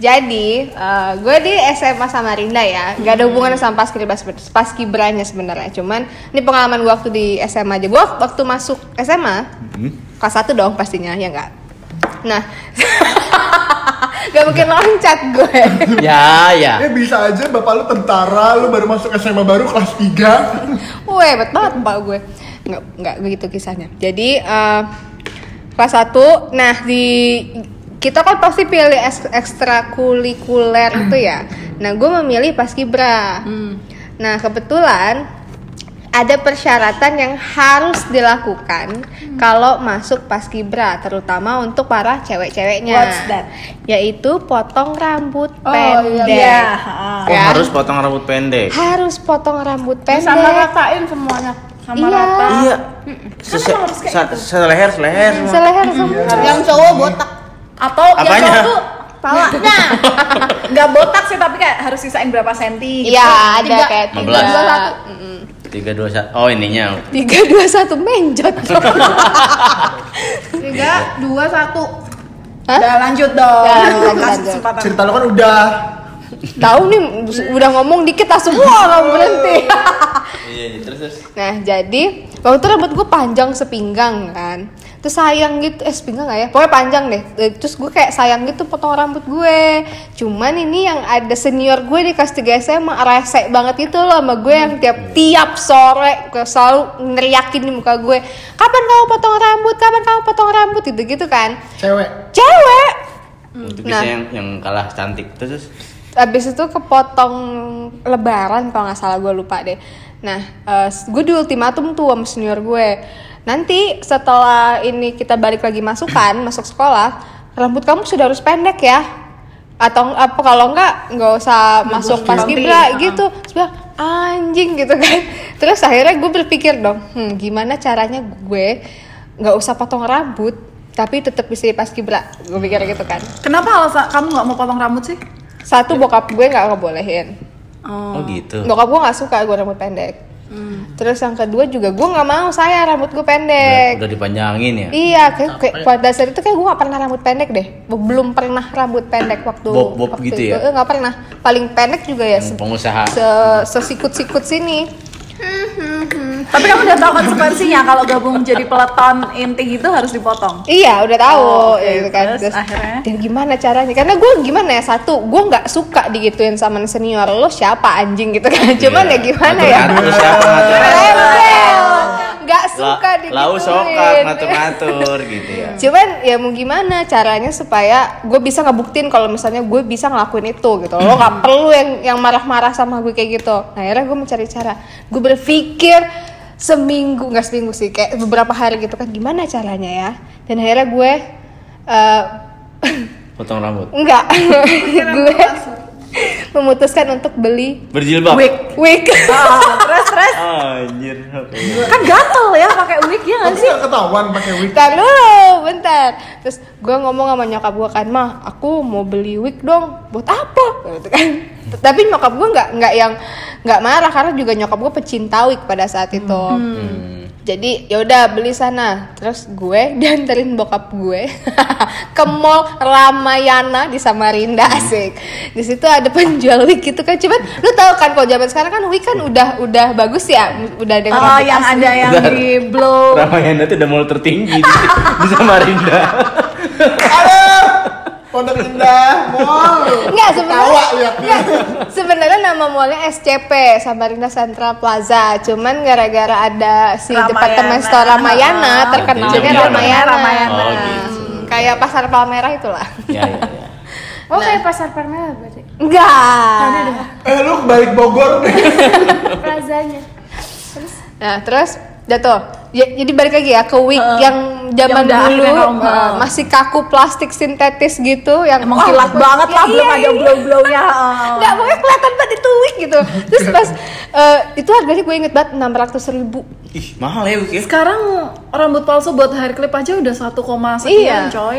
Speaker 4: Jadi, eh, gue di SMA Samarinda ya, gak ada hubungan sama paskibra paskibranya sebenarnya. Cuman ini pengalaman gue waktu di SMA aja. Gue waktu masuk SMA kelas 1 dong pastinya ya enggak. Nah, gak mungkin loncat gue.
Speaker 3: Ya, ya.
Speaker 2: Ya bisa aja bapak lu tentara, lu baru masuk SMA baru kelas 3.
Speaker 4: Weh, hebat banget bapak gue. Nggak, nggak begitu kisahnya. Jadi eh, kelas 1, nah di kita kan pasti pilih es- ekstrakurikuler itu ya. Nah, gue memilih paskibra. Nah, kebetulan ada persyaratan yang harus dilakukan kalau masuk paskibra, terutama untuk para cewek-ceweknya.
Speaker 5: What's that?
Speaker 4: Yaitu potong rambut
Speaker 5: Oh,
Speaker 4: pendek.
Speaker 5: iya.
Speaker 3: Oh,
Speaker 4: Ya.
Speaker 3: harus potong rambut pendek.
Speaker 4: Harus potong rambut pendek.
Speaker 6: sama ratain semuanya. Sama
Speaker 4: Iya.
Speaker 6: rata.
Speaker 3: Iya. Sese, sa- seleher, seleher semua.
Speaker 4: Seleher semua.
Speaker 7: yang cowok botak
Speaker 5: Atau yang
Speaker 3: Apanya?
Speaker 5: cowok tuh pala. Nah, nggak botak sih tapi kayak harus sisain berapa senti gitu.
Speaker 4: Iya, ada kayak tiga.
Speaker 3: 15. Tiga dua satu. Oh ininya.
Speaker 4: Tiga dua satu menjot.
Speaker 6: Tiga, dua, satu.
Speaker 4: Hah?
Speaker 5: Udah lanjut dong.
Speaker 4: Ya, lanjut,
Speaker 5: Kasih
Speaker 4: lanjut.
Speaker 5: kesempatan.
Speaker 2: Cerita lu kan udah.
Speaker 4: Tahu nih udah ngomong dikit langsung wah langsung berhenti.
Speaker 3: Iya, terus terus.
Speaker 4: nah jadi waktu itu rambut gue panjang sepinggang kan. Terus sayang gitu, eh sepinggang gak ya? Pokoknya panjang deh. Eh, Terus gue kayak sayang gitu potong rambut gue. Cuman ini yang ada senior gue di kelas 3 SMA rese banget gitu loh sama gue yang tiap tiap sore gue selalu neriakin di muka gue. Kapan kamu potong rambut? Kapan kamu potong rambut? Gitu-gitu kan.
Speaker 2: Cewek.
Speaker 4: Cewek
Speaker 3: Itu
Speaker 4: Nah.
Speaker 3: bisa yang yang kalah cantik. Terus terus.
Speaker 4: Abis itu kepotong lebaran kalau nggak salah gue lupa deh. Nah, eh, gue di ultimatum tuh sama senior gue. Nanti setelah ini kita balik lagi masukan, masuk sekolah, rambut kamu sudah harus pendek ya. Atau apa kalau nggak nggak usah masuk pas kibra gitu. Terus bilang, anjing gitu kan. Terus akhirnya gue berpikir dong, hmm, gimana caranya gue nggak usah potong rambut tapi tetap bisa di paskibra. Gue pikir gitu kan.
Speaker 5: Kenapa alasan kamu nggak mau potong rambut sih?
Speaker 4: Satu bokap gue nggak ngebolehin.
Speaker 3: Oh, gitu.
Speaker 4: Bokap gue nggak suka gue rambut pendek.
Speaker 5: Hmm.
Speaker 4: Terus yang kedua juga gue nggak mau saya rambut gue pendek.
Speaker 3: Udah dipanjangin ya.
Speaker 4: Iya, kayak, kayak pada dasar itu kayak gue gak pernah rambut pendek deh. Belum pernah rambut pendek waktu
Speaker 3: Bob-bob
Speaker 4: waktu
Speaker 3: gitu ya?
Speaker 4: itu. Eh, nggak pernah. Paling pendek juga ya
Speaker 3: Yang
Speaker 4: se-
Speaker 3: pengusaha.
Speaker 4: se- sesikut-sikut sini.
Speaker 5: Tapi kamu udah tahu konsekuensinya kalau gabung jadi peleton inti itu harus dipotong.
Speaker 4: Iya, udah tahu
Speaker 5: Oh, oke.
Speaker 4: ya gitu kan.
Speaker 5: Terus akhirnya?
Speaker 4: dan gimana caranya? Karena gue gimana ya satu, gue nggak suka digituin sama senior lo siapa anjing gitu
Speaker 3: Iya.
Speaker 4: kan. Cuman ya gimana ya?
Speaker 3: Ngatur siapa ngatur?
Speaker 4: Rebel. Nggak
Speaker 3: La-
Speaker 4: suka digituin.
Speaker 3: Lau sokak ngatur-ngatur gitu ya.
Speaker 4: Cuman ya mau gimana caranya supaya gue bisa ngebuktiin kalau misalnya gue bisa ngelakuin itu gitu. Lo nggak perlu yang yang marah-marah sama gue kayak gitu. Nah, akhirnya gue mencari cara. Gue berpikir seminggu nggak seminggu sih kayak beberapa hari gitu kan gimana caranya ya. Dan akhirnya gue eh,
Speaker 3: Potong rambut.
Speaker 4: enggak gue memutuskan untuk beli
Speaker 3: Berjilbab.
Speaker 4: wig.
Speaker 3: Ah, Anjir. Oke.
Speaker 5: Kan gatel ya pakai wig ya nggak
Speaker 2: Tapi nggak ketahuan pakai wig.
Speaker 4: bentar dulu, bentar. Terus gue ngomong sama nyokap gue kan, mah aku mau beli wig dong. Buat apa? Gitu kan. Tapi nyokap gue nggak nggak yang nggak marah karena juga nyokap gue pecinta wig pada saat itu. Jadi ya udah beli sana. Terus gue dianterin bokap gue ke mall Ramayana di Samarinda asik. Di situ ada penjual wig gitu kan. Cuman lu tahu kan kalau zaman sekarang kan wig kan udah udah bagus ya, udah dengan
Speaker 5: Oh, yang ada yang
Speaker 3: Bentar.
Speaker 5: di blow.
Speaker 3: Ramayana tuh udah mall tertinggi di, di Samarinda.
Speaker 2: Aduh, Pondok Indah Mall.
Speaker 4: Enggak sebenarnya.
Speaker 2: Tawa lihat.
Speaker 4: Iya, sebenarnya nama mallnya SCP Samarinda Central Plaza. Cuman gara-gara ada si
Speaker 5: Ramayana.
Speaker 4: departemen store Ramayana
Speaker 5: Oh,
Speaker 4: terkenalnya
Speaker 3: jadi
Speaker 4: Ramayana.
Speaker 5: Ramayana. Hmm.
Speaker 3: Oh gitu.
Speaker 4: Kayak pasar Palmerah itulah.
Speaker 3: Ya ya ya.
Speaker 6: Oh kayak pasar Permela berarti.
Speaker 4: Enggak.
Speaker 2: Eh lu balik Bogor deh.
Speaker 6: Plazanya.
Speaker 4: Nah, terus jatuh. Ya, jadi balik lagi ya ke wig yang
Speaker 5: yang
Speaker 4: zaman
Speaker 5: udah
Speaker 4: dulu
Speaker 5: akhirnya normal.
Speaker 4: eh, masih kaku plastik sintetis gitu yang
Speaker 5: Emang
Speaker 4: wah,
Speaker 5: kilat
Speaker 4: pokoknya-
Speaker 5: banget lah
Speaker 4: Iya,
Speaker 5: belum ada ya.
Speaker 4: iya,
Speaker 5: blow-blownya.
Speaker 4: nggak pokoknya kelihatan banget itu wig gitu terus pas eh, itu harganya gue inget banget enam ratus ribu
Speaker 3: Ih, mahal ya Wik ya?
Speaker 5: Sekarang rambut palsu buat hair clip aja udah 1,1
Speaker 4: Iya.
Speaker 5: iya. coy.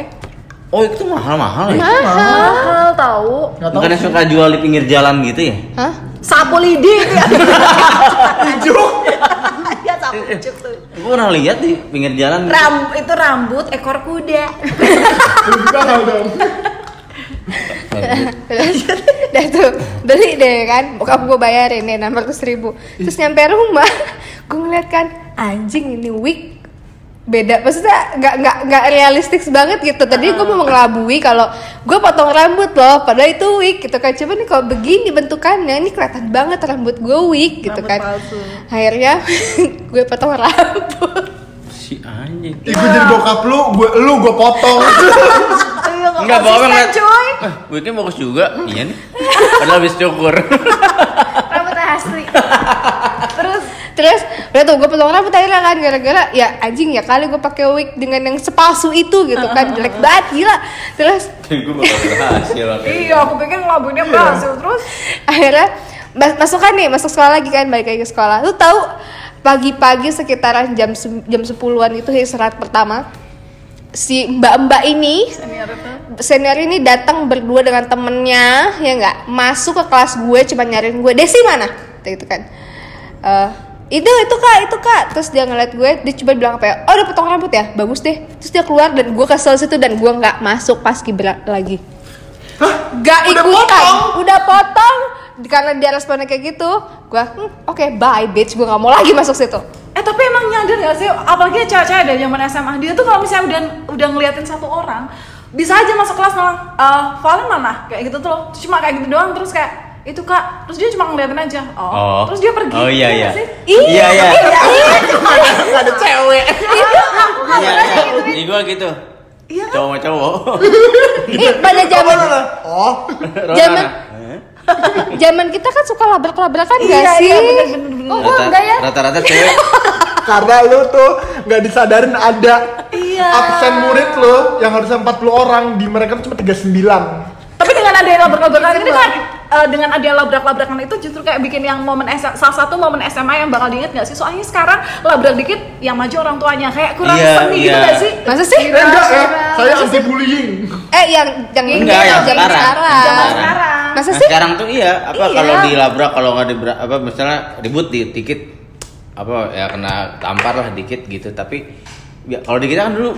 Speaker 3: Oh, itu tuh mahal-mahal ya.
Speaker 5: Mahal tahu.
Speaker 2: Nggak tahu.
Speaker 3: Bukan yang suka jual di pinggir jalan gitu ya?
Speaker 4: hah
Speaker 5: Sapu lidi itu ya.
Speaker 2: Ijuk.
Speaker 5: Iya, sapu ujuk tuh.
Speaker 3: Gue pernah lihat di pinggir jalan.
Speaker 5: Ram- itu rambut ekor kuda.
Speaker 2: Lu juga tahu dong.
Speaker 4: terus udah tuh beli deh kan bokap gue bayarin nih enam ratus ribu terus nyampe rumah gue ngeliat kan anjing ini wig beda maksudnya nggak nggak nggak realistis banget gitu tadi gue mau mengelabui kalau gue potong rambut loh padahal itu wig gitu kan cuman nih kalau begini bentukannya ini kelihatan banget rambut gue wig gitu
Speaker 5: Rambut
Speaker 4: kan
Speaker 5: palsu.
Speaker 4: akhirnya gue potong rambut
Speaker 3: Si anjing.
Speaker 2: Ih, gua jadi bokap lu, gua lu gua potong.
Speaker 3: Enggak bohong kan. Cuy. Wignya bagus juga. Iya nih. Padahal habis cukur.
Speaker 6: Rambutnya asli.
Speaker 4: Terus udah tuh gue potong rambut akhirnya kan gara-gara ya anjing ya kali gue pakai wig dengan yang sepalsu itu gitu kan jelek banget gila. Terus
Speaker 3: Gue bakal berhasil pakai
Speaker 5: iya, aku pikir ngelabuinnya berhasil terus.
Speaker 4: akhirnya mas masuk kan nih masuk sekolah lagi kan balik lagi ke sekolah. Lu tahu pagi-pagi sekitaran jam sem- jam sepuluhan itu istirahat pertama si mbak-mbak ini senior ini datang berdua dengan temennya ya nggak masuk ke kelas gue cuma nyariin gue desi mana Kayak gitu kan Eh, itu itu kak itu kak terus dia ngeliat gue dia coba bilang apa ya oh udah potong rambut ya bagus deh terus dia keluar dan gue kesel situ dan gue nggak masuk pas kibra lagi nggak ikutan udah potong karena dia responnya kayak gitu gue "Hmm, oke bye bitch gue nggak mau lagi masuk situ
Speaker 5: Eh tapi emang nyadar gak sih, apalagi cewek-cewek dari zaman SMA dia tuh kalau misalnya udah udah ngeliatin satu orang bisa aja masuk kelas nolong, eh Valen mana? Kayak gitu tuh loh, Terus cuma kayak gitu doang terus kayak itu kak, terus dia cuma ngeliatin aja, oh,
Speaker 3: Oh.
Speaker 5: terus dia pergi.
Speaker 3: Oh iya
Speaker 5: Iya
Speaker 3: iya.
Speaker 5: gak sih?
Speaker 3: Iya iya.
Speaker 2: Ada cewek.
Speaker 3: Iya iya. Jadi gue gitu.
Speaker 5: Iya kan?
Speaker 3: Cowok sama cowok.
Speaker 4: ih pada zaman
Speaker 2: Oh,
Speaker 3: Rona.
Speaker 4: Zaman-
Speaker 3: Eh?
Speaker 4: zaman kita kan suka labrak-labrakan gak
Speaker 5: Iya,
Speaker 4: sih
Speaker 5: iya, bener-bener, bener.
Speaker 6: Oh,
Speaker 3: Rata-
Speaker 6: gua enggak ya.
Speaker 3: Rata-rata cewek.
Speaker 2: karena lu tuh nggak disadarin ada
Speaker 5: Iya.
Speaker 2: absen murid lu yang harusnya 40 orang di mereka tuh cuma 39.
Speaker 5: Tapi dengan ada yang
Speaker 3: Iya,
Speaker 5: labrak-labrakan itu kan eh, dengan ada yang labrak-labrakan itu justru kayak bikin yang momen S- salah satu momen SMA yang bakal diinget gak sih? Soalnya sekarang labrak dikit yang maju orang tuanya kayak kurang
Speaker 3: Iya,
Speaker 5: seni
Speaker 3: iya.
Speaker 5: gitu gak sih?
Speaker 4: masa sih
Speaker 2: Eh, enggak
Speaker 5: Iya,
Speaker 2: ya, saya anti bullying.
Speaker 4: Eh yang yang ini
Speaker 3: Enggak, yang
Speaker 4: yang zaman
Speaker 3: sekarang.
Speaker 4: sekarang.
Speaker 3: Zaman
Speaker 5: sekarang.
Speaker 4: Masa
Speaker 3: Nah,
Speaker 4: sih?
Speaker 3: sekarang tuh iya, apa
Speaker 4: Iya.
Speaker 3: kalau dilabrak kalau nggak di apa misalnya ribut di dikit apa ya kena tampar lah dikit gitu tapi ya, kalau di kita kan dulu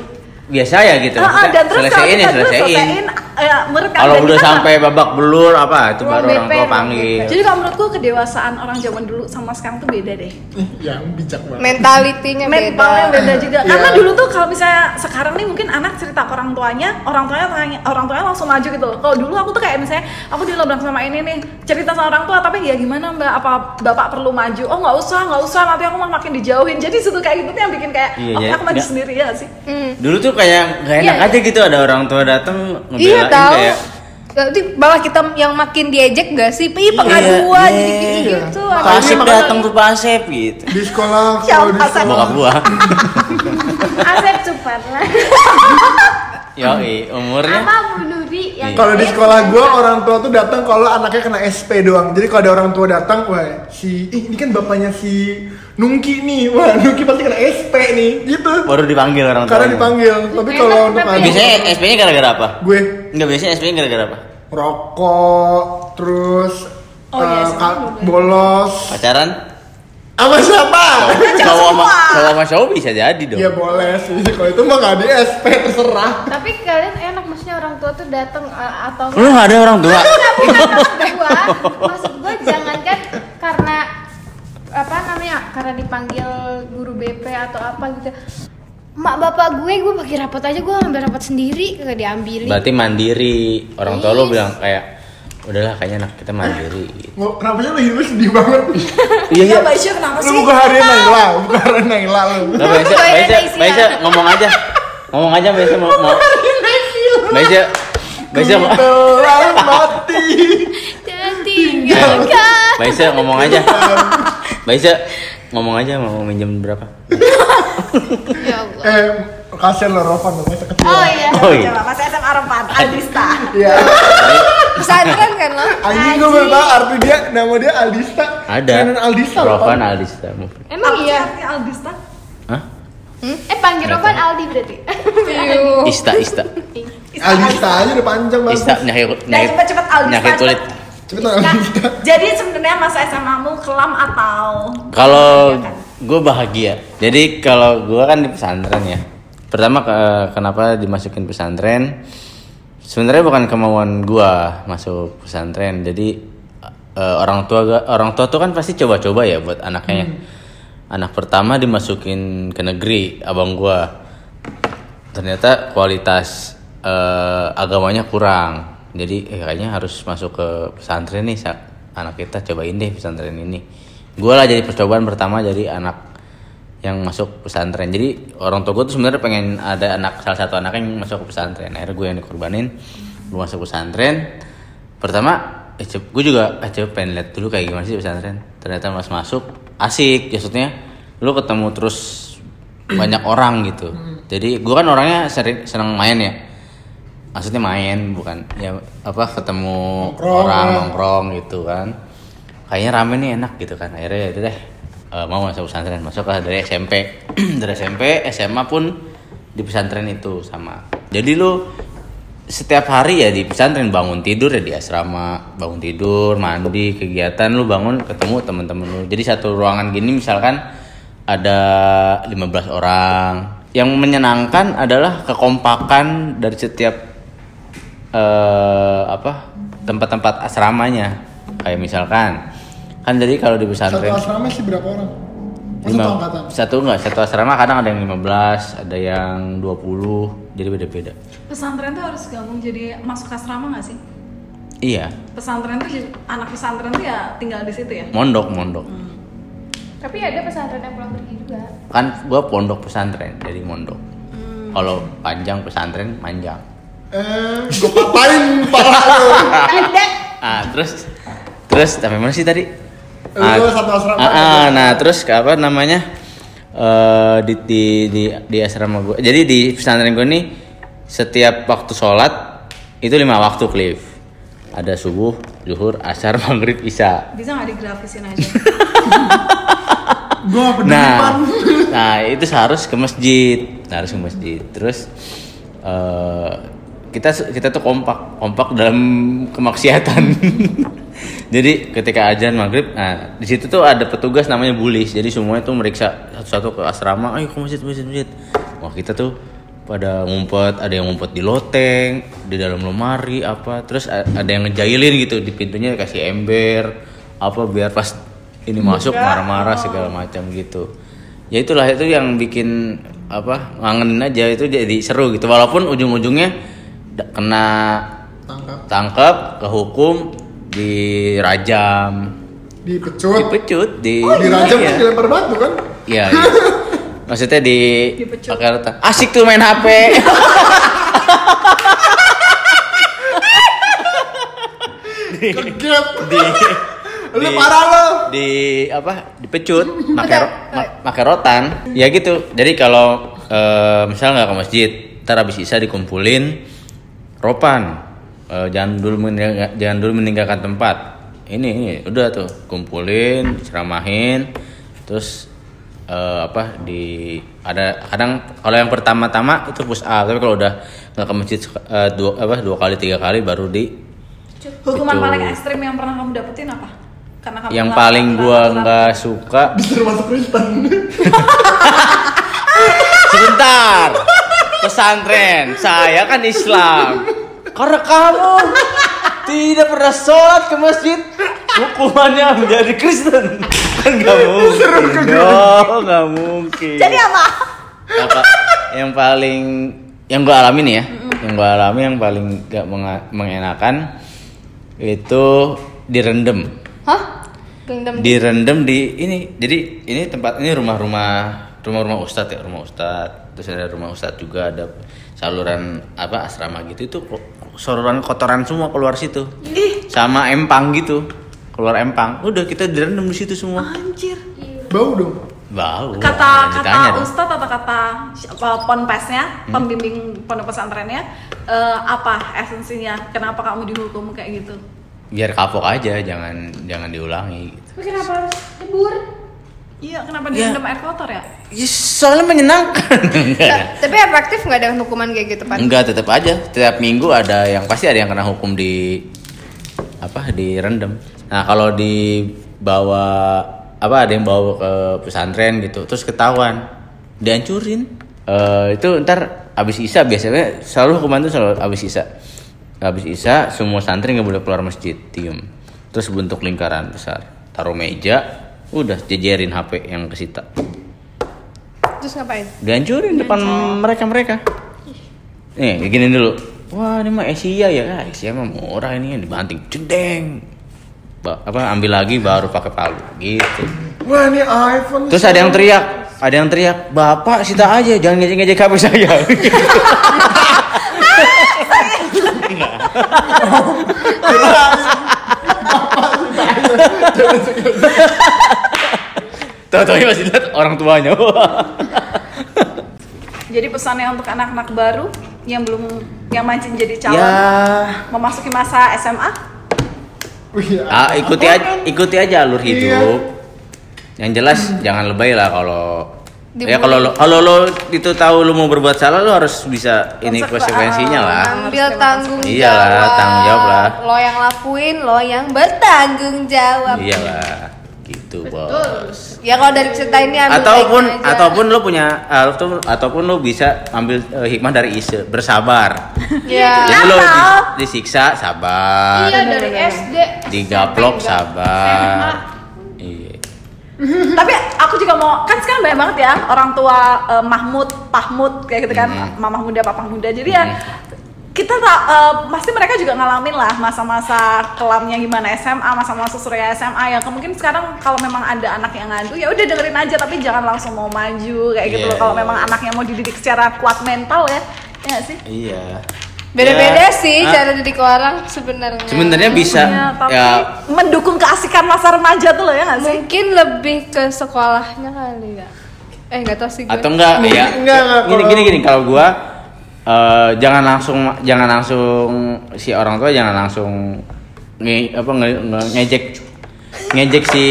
Speaker 3: biasa ya gitu.
Speaker 5: Ah, ah,
Speaker 3: Maksudnya,
Speaker 5: dan terus kalau
Speaker 3: selesaiin ya
Speaker 5: kita dulu
Speaker 3: selesaiin.
Speaker 5: selesaiin, eh, menurut
Speaker 3: Kalau
Speaker 5: keadaan
Speaker 3: udah
Speaker 5: kita nggak-
Speaker 3: sampai babak belur apa itu baru orang tua
Speaker 5: Ruang
Speaker 3: panggil.
Speaker 5: Jadi kalau menurutku kedewasaan orang zaman dulu sama sekarang tuh beda deh.
Speaker 2: Ih, yang bijak banget.
Speaker 4: mentalitinya
Speaker 5: Mentalnya
Speaker 4: beda.
Speaker 5: beda juga.
Speaker 2: Iya.
Speaker 5: Karena dulu tuh kalau misalnya sekarang nih mungkin anak cerita ke orang tuanya, orang tuanya tanya- orang tuanya langsung maju gitu loh. Kalau dulu aku tuh kayak misalnya aku dilabrak sama ini nih, cerita sama orang tua tapi ya gimana Mbak, apa Bapak perlu maju? Oh, nggak usah, nggak usah, nanti aku malah makin dijauhin. Jadi situ kayak gitu tuh yang bikin kayak
Speaker 3: Iya,
Speaker 5: oke
Speaker 3: iya.
Speaker 5: aku maju
Speaker 3: Nggak-
Speaker 5: sendiri ya sih.
Speaker 3: Dulu tuh kayak gak enak aja gitu ada orang tua datang
Speaker 4: Iya
Speaker 3: ngebelain
Speaker 4: tahu.
Speaker 3: kayak
Speaker 4: Nanti malah kita yang makin diejek gak sih?
Speaker 3: Iya,
Speaker 4: Ih pengaduan jadi
Speaker 3: iya.
Speaker 4: gitu.
Speaker 3: Pak Asep datang tuh Pak Asep gitu.
Speaker 2: Di sekolah kalau di sekolah
Speaker 3: Bokap gua.
Speaker 6: Asep Suparna
Speaker 3: Yoi, umurnya
Speaker 6: apa Bu Nuri yang
Speaker 2: kalau di sekolah gua orang tua tuh datang kalau anaknya kena SP doang. Jadi kalau ada orang tua datang, wah si ih, ini kan bapaknya si Nungki nih. Wah, Nungki pasti kena SP nih. Gitu.
Speaker 3: baru dipanggil orang tua.
Speaker 2: Karena dipanggil. Tapi kalau untuk
Speaker 5: ya?
Speaker 2: anak
Speaker 3: Biasanya SP-nya gara-gara apa?
Speaker 2: gue
Speaker 3: Enggak biasanya SP-nya gara-gara apa?
Speaker 2: rokok terus
Speaker 5: Oh, iya,
Speaker 2: eh, ka- bolos
Speaker 3: Pacaran?
Speaker 2: apa siapa?
Speaker 3: Cowok sama cowok sama cowok bisa jadi dong.
Speaker 2: Ya boleh sih. Kalau itu mah nggak di SP terserah.
Speaker 6: tapi kalian enak maksudnya orang tua tuh datang eh, atau
Speaker 3: Lu gak ada orang tua.
Speaker 6: bukan maksud gua maksud gua jangan kan karena apa namanya karena dipanggil guru BP atau apa gitu mak bapak gue gue bagi rapat aja gue ngambil rapat sendiri kagak diambilin
Speaker 3: Berarti mandiri. Orang tua lu bilang kayak udahlah kayaknya anak kita mandiri gitu.
Speaker 2: Nggak- Kenapa sih lu hidup sedih banget?
Speaker 3: Iya iya.
Speaker 5: Mbak Isya kenapa
Speaker 2: lu
Speaker 5: Oh, sih?
Speaker 2: buka hari Naila, buka hari Naila lu.
Speaker 3: Nah, Mbak Isya, Mbak Isya, Mbak Isya, ngomong aja. Ngomong aja Mbak Isya mau mau. Mbak Isya, Mbak Isya
Speaker 2: Gitu.
Speaker 3: mau. Eh,
Speaker 2: Telah mati.
Speaker 3: Mbak Isya ngomong aja. Mbak Isya ngomong aja mau minjem berapa?
Speaker 2: Eh, kasihan lo Rovan namanya kecil.
Speaker 6: oh iya
Speaker 3: Oh iya.
Speaker 5: Coba Mas SM Arafat, Adista.
Speaker 2: Iya.
Speaker 4: Pesantren kan lo?
Speaker 2: Anjing gue baru tahu arti dia nama dia Aldista.
Speaker 3: Ada.
Speaker 2: Kenan Aldista. loh,
Speaker 3: Rovan
Speaker 2: Pan.
Speaker 3: Aldista.
Speaker 2: Eh.
Speaker 6: emang iya
Speaker 5: Aldista.
Speaker 3: Hah?
Speaker 2: Hmm?
Speaker 6: eh panggil Rovan Aldi berarti
Speaker 5: Iya.
Speaker 4: Oh.
Speaker 3: Ista Ista.
Speaker 2: Aldista aja udah panjang banget.
Speaker 3: Ista nyakit nyakit.
Speaker 5: cepet-cepet Aldista,
Speaker 3: Nyakit kulit.
Speaker 2: Cepetan Aldista.
Speaker 5: Nah, Jadi sebenarnya masa SMA-mu kelam atau
Speaker 3: Kalau gue bahagia. Jadi kalau gue kan di pesantren ya. Pertama ke- kenapa dimasukin pesantren? Sebenarnya bukan kemauan gue masuk pesantren. Jadi eh, orang tua gua- orang tua tuh kan pasti coba-coba ya buat anaknya. Anak pertama dimasukin ke negeri abang gue. Ternyata kualitas eh, agamanya kurang. Jadi eh, kayaknya harus masuk ke pesantren nih Sa. anak kita cobain deh pesantren ini. Gue lah jadi percobaan pertama jadi anak yang masuk pesantren. Jadi orang tua gue tuh sebenarnya pengen ada anak salah satu anak yang masuk ke pesantren. Akhirnya gue yang dikorbanin, gue masuk pesantren. Pertama, eh, cep- gue juga eh, coba pengen lihat dulu kayak gimana sih pesantren. Ternyata mas masuk asik, maksudnya lu ketemu terus banyak orang gitu. Jadi gue kan orangnya sering senang main ya. Maksudnya main bukan ya apa ketemu
Speaker 2: Nongkrong,
Speaker 3: orang
Speaker 2: ya.
Speaker 3: nongkrong gitu kan. Kayaknya rame nih enak gitu kan. Akhirnya ya udah deh eh, mau masuk pesantren masuk lah dari SMP dari SMP SMA pun di pesantren itu sama. Jadi lu setiap hari ya di pesantren bangun tidur ya di asrama bangun tidur mandi kegiatan lu bangun ketemu temen-temen lu jadi satu ruangan gini misalkan ada 15 orang yang menyenangkan adalah kekompakan dari setiap eh apa tempat-tempat asramanya kayak misalkan kan jadi kalau di
Speaker 2: Satu
Speaker 3: pesantren
Speaker 2: asrama sih berapa orang? Satu
Speaker 3: lima-
Speaker 2: angkatan.
Speaker 3: satu enggak satu asrama kadang ada yang 15 ada yang 20 jadi beda-beda
Speaker 5: pesantren tuh harus gabung jadi masuk asrama nggak sih?
Speaker 3: iya
Speaker 5: Pesantren tuh jadi- anak pesantren tuh ya tinggal di situ ya.
Speaker 3: mondok mondok
Speaker 2: Hmm.
Speaker 6: tapi ada pesantren yang pulang pergi juga
Speaker 3: kan gua pondok pesantren jadi mondok
Speaker 2: Hmm.
Speaker 3: kalau panjang pesantren panjang
Speaker 2: Eh, gue papain pala lu.
Speaker 3: ah terus terus sampai mana sih tadi
Speaker 2: Lu Eh, satu asrama.
Speaker 3: ah, ah, nah terus ke apa namanya eh di, di di di asrama gua jadi di pesantren gua nih setiap waktu sholat itu lima waktu cliff ada subuh zuhur asar maghrib isya
Speaker 5: Bisa nggak digrafisin aja?
Speaker 2: Gue gak peduli Pan.
Speaker 3: nah nah itu harus ke masjid Nah, harus ke masjid terus eh, kita kita tuh kompak kompak dalam kemaksiatan jadi ketika ajan maghrib nah di situ tuh ada petugas namanya bulis jadi semuanya tuh meriksa satu-satu ke asrama ayo ke masjid masjid masjid wah kita tuh pada ngumpet ada yang ngumpet di loteng di dalam lemari apa terus a- ada yang ngejailin gitu di pintunya kasih ember apa biar pas ini masuk marah-marah segala macam gitu ya itulah itu yang bikin apa ngangenin aja itu jadi seru gitu walaupun ujung-ujungnya da- kena
Speaker 2: tangkap
Speaker 3: tangkap kehukum dirajam
Speaker 2: dipecut
Speaker 3: dipecut di
Speaker 2: Oh, dirajam
Speaker 3: iya.
Speaker 2: terus dilempar batu kan
Speaker 3: Iya. iya. Maksudnya di pakai rotan. Asik tuh main HP.
Speaker 2: kegep
Speaker 3: di
Speaker 2: lu
Speaker 3: di-
Speaker 2: parah lo
Speaker 3: di apa? Dipecut, pakai ro- ma- pakai rotan. Ya gitu. Jadi kalau eh, misalnya nggak ke masjid, ntar habis isa dikumpulin ropan. Eh, jangan dulu meninggal- jangan dulu meninggalkan tempat. Ini, ini udah tuh kumpulin, ceramahin, terus eh, apa di ada kadang kalau yang pertama-tama itu push up tapi kalau udah nggak ke masjid sek- eh, dua apa dua kali tiga kali baru di
Speaker 5: Hukuman
Speaker 3: Itu.
Speaker 5: paling ekstrim yang pernah kamu dapetin apa? Karena kamu
Speaker 3: yang
Speaker 5: nggak-
Speaker 3: paling
Speaker 5: nggak-
Speaker 3: gua
Speaker 5: nggak-
Speaker 3: nggak suka
Speaker 2: disuruh masuk Kristen
Speaker 3: sebentar pesantren saya kan Islam karena kamu tidak pernah sholat ke masjid hukumannya menjadi Kristen kan nggak mungkin dong nggak mungkin jadi apa yang paling yang gua alamin ya yang gua alami yang paling gak menga- mengenakan itu direndam direndam di ini jadi ini tempat ini rumah-rumah rumah-rumah ustadz ya rumah ustadz terus ada rumah ustadz juga ada saluran apa asrama gitu itu ko- saluran kotoran semua keluar situ sama empang gitu keluar empang udah kita direndam di situ semua
Speaker 5: Anjir.
Speaker 2: bau dong
Speaker 3: bau
Speaker 5: Kata
Speaker 3: jangan
Speaker 5: kata
Speaker 3: Oh, ditanya dong. Hmm.
Speaker 5: ustadz atau kata si- apa, ponpesnya, pembimbing pondok pesantrennya eh, apa esensinya? Kenapa kamu dihukum kayak gitu?
Speaker 3: biar kapok aja jangan jangan diulangi gitu.
Speaker 6: kenapa harus nyebur?
Speaker 5: Iya, kenapa direndam air kotor ya?
Speaker 3: Ya, soalnya menyenangkan Enggak.
Speaker 4: Nah, Tapi efektif nggak ada hukuman kayak gitu pan?
Speaker 3: Enggak, tetap aja. Tiap minggu ada yang pasti ada yang kena hukum di apa? Di rendem. Nah, kalau dibawa apa ada yang bawa ke pesantren gitu, terus ketahuan, dihancurin. Eh, itu ntar abis isa biasanya selalu hukuman itu selalu abis isa. Abis isa semua santri nggak boleh keluar masjid, diem. Terus bentuk lingkaran besar, taruh meja, udah jejerin HP yang kesita.
Speaker 4: Terus ngapain?
Speaker 3: Dihancurin depan mereka-mereka. Nih, kayak gini dulu. Wah, ini mah Asia ya. Ah, Asia mah murah ini yang dibanting. Cendeng. Ba- apa ambil lagi baru pakai palu gitu.
Speaker 2: wah ini iPhone
Speaker 3: Terus ada yang teriak, ada yang teriak, "Bapak sita aja, jangan ngejek-ngejek HP saya." Tahu-tahu masih lihat orang tuanya.
Speaker 5: Jadi pesannya untuk anak-anak baru yang belum yang mancing jadi calon
Speaker 3: ya,
Speaker 5: memasuki masa SMA
Speaker 2: Wih, ya.
Speaker 3: Ah, ikuti aja, ikuti aja alur
Speaker 2: Iya.
Speaker 3: hidup. Yang jelas jangan lebay lah kalau ya kalau lo, kalau lo itu tahu lo mau berbuat salah lo harus bisa ini konsekuensinya
Speaker 4: Ah,
Speaker 3: lah.
Speaker 4: Ambil tanggung jawab.
Speaker 3: Iyalah, tanggung jawab lah.
Speaker 4: Lo yang lakuin, lo yang bertanggung jawab.
Speaker 3: Iyalah, Iya gitu bos.
Speaker 4: Ya kalau dari cerita ini ambil
Speaker 3: Ataupun
Speaker 4: baiknya aja.
Speaker 3: ataupun lo punya atau- ataupun lo bisa ambil eh, hikmah dari ise bersabar.
Speaker 4: ya.
Speaker 3: Jadi lo di- disiksa sabar.
Speaker 6: Iya dari SD.
Speaker 3: Digaplok
Speaker 6: SMA.
Speaker 3: sabar. Iya.
Speaker 5: tapi aku juga mau kan sekarang banyak banget ya orang tua eh, Mahmud, Pahmud kayak gitu kan,
Speaker 3: Hmm.
Speaker 5: mamah muda, papah muda. Jadi ya
Speaker 3: Mm-hmm.
Speaker 5: kita tak eh, pasti mereka juga ngalamin lah masa-masa kelamnya gimana SMA, masa-masa surya SMA yang Ya, mungkin sekarang kalau memang ada anak yang ngadu ya udah dengerin aja tapi jangan langsung mau maju kayak gitu
Speaker 3: Iya.
Speaker 5: loh kalau memang anaknya mau dididik secara kuat mental ya. Ya nggak sih?
Speaker 3: Iya.
Speaker 4: Beda-beda
Speaker 3: Ya,
Speaker 4: sih
Speaker 3: ah,
Speaker 4: cara didik orang sebenarnya.
Speaker 3: Sebenarnya bisa
Speaker 5: Ya, tapi
Speaker 3: ya
Speaker 5: mendukung keasikan masa remaja tuh loh ya nggak sih?
Speaker 4: Mungkin lebih ke sekolahnya kali ya. Eh nggak tahu sih gue.
Speaker 3: atau enggak ya
Speaker 2: enggak, enggak,
Speaker 3: gini
Speaker 2: kalau-
Speaker 3: gini gini kalau gua eh, jangan langsung jangan langsung si orang tua jangan langsung nge, apa nge- nge- ngejek ngejek si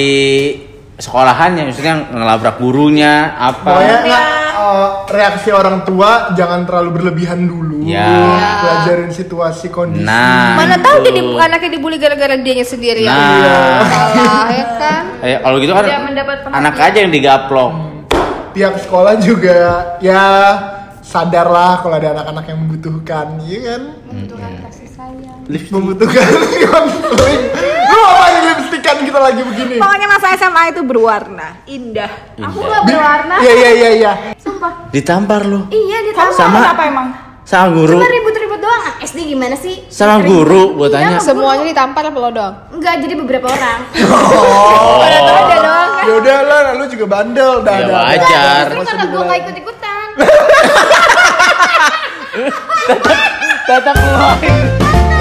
Speaker 3: sekolahannya maksudnya ngelabrak gurunya apa
Speaker 2: Pokoknya
Speaker 7: Iya.
Speaker 2: nggak, eh, reaksi orang tua jangan terlalu berlebihan dulu.
Speaker 3: Ya.
Speaker 2: Pelajarin situasi kondisi.
Speaker 3: nah
Speaker 4: Mana tahu
Speaker 3: itu.
Speaker 4: dia di- anaknya dibully gara-gara dianya sendiri ya.
Speaker 3: nah
Speaker 4: Salah ya kan.
Speaker 3: eh, kalau gitu kan anak aja yang digaplok
Speaker 2: Tiap sekolah juga ya sadarlah kalau ada anak-anak yang membutuhkan, iya kan?
Speaker 7: membutuhkan kasih sayang
Speaker 2: Membutuhkan konseling. Lu ngapain lipstikan kita lagi begini?
Speaker 5: Pokoknya masa SMA itu berwarna, indah.
Speaker 7: aku
Speaker 3: Indah.
Speaker 7: nggak
Speaker 2: Bi-
Speaker 7: berwarna
Speaker 2: Iya iya iya iya.
Speaker 7: sumpah
Speaker 3: Ditampar lu
Speaker 7: iya dia tahu
Speaker 5: Kamu
Speaker 3: Sama.
Speaker 5: sama apa emang?
Speaker 3: sama guru,
Speaker 7: cuma ribut-ribut doang Anak SD gimana sih Iya,
Speaker 3: sama guru gua tanya.
Speaker 11: Semuanya ditampar apa lo doang?
Speaker 7: enggak jadi beberapa orang
Speaker 2: Ya udah lah, lu juga bandel dah.
Speaker 3: Ya
Speaker 2: dah, dah.
Speaker 3: wajar.
Speaker 7: justru karena gue nggak ikut ikutan
Speaker 3: Tetap ngeluarin.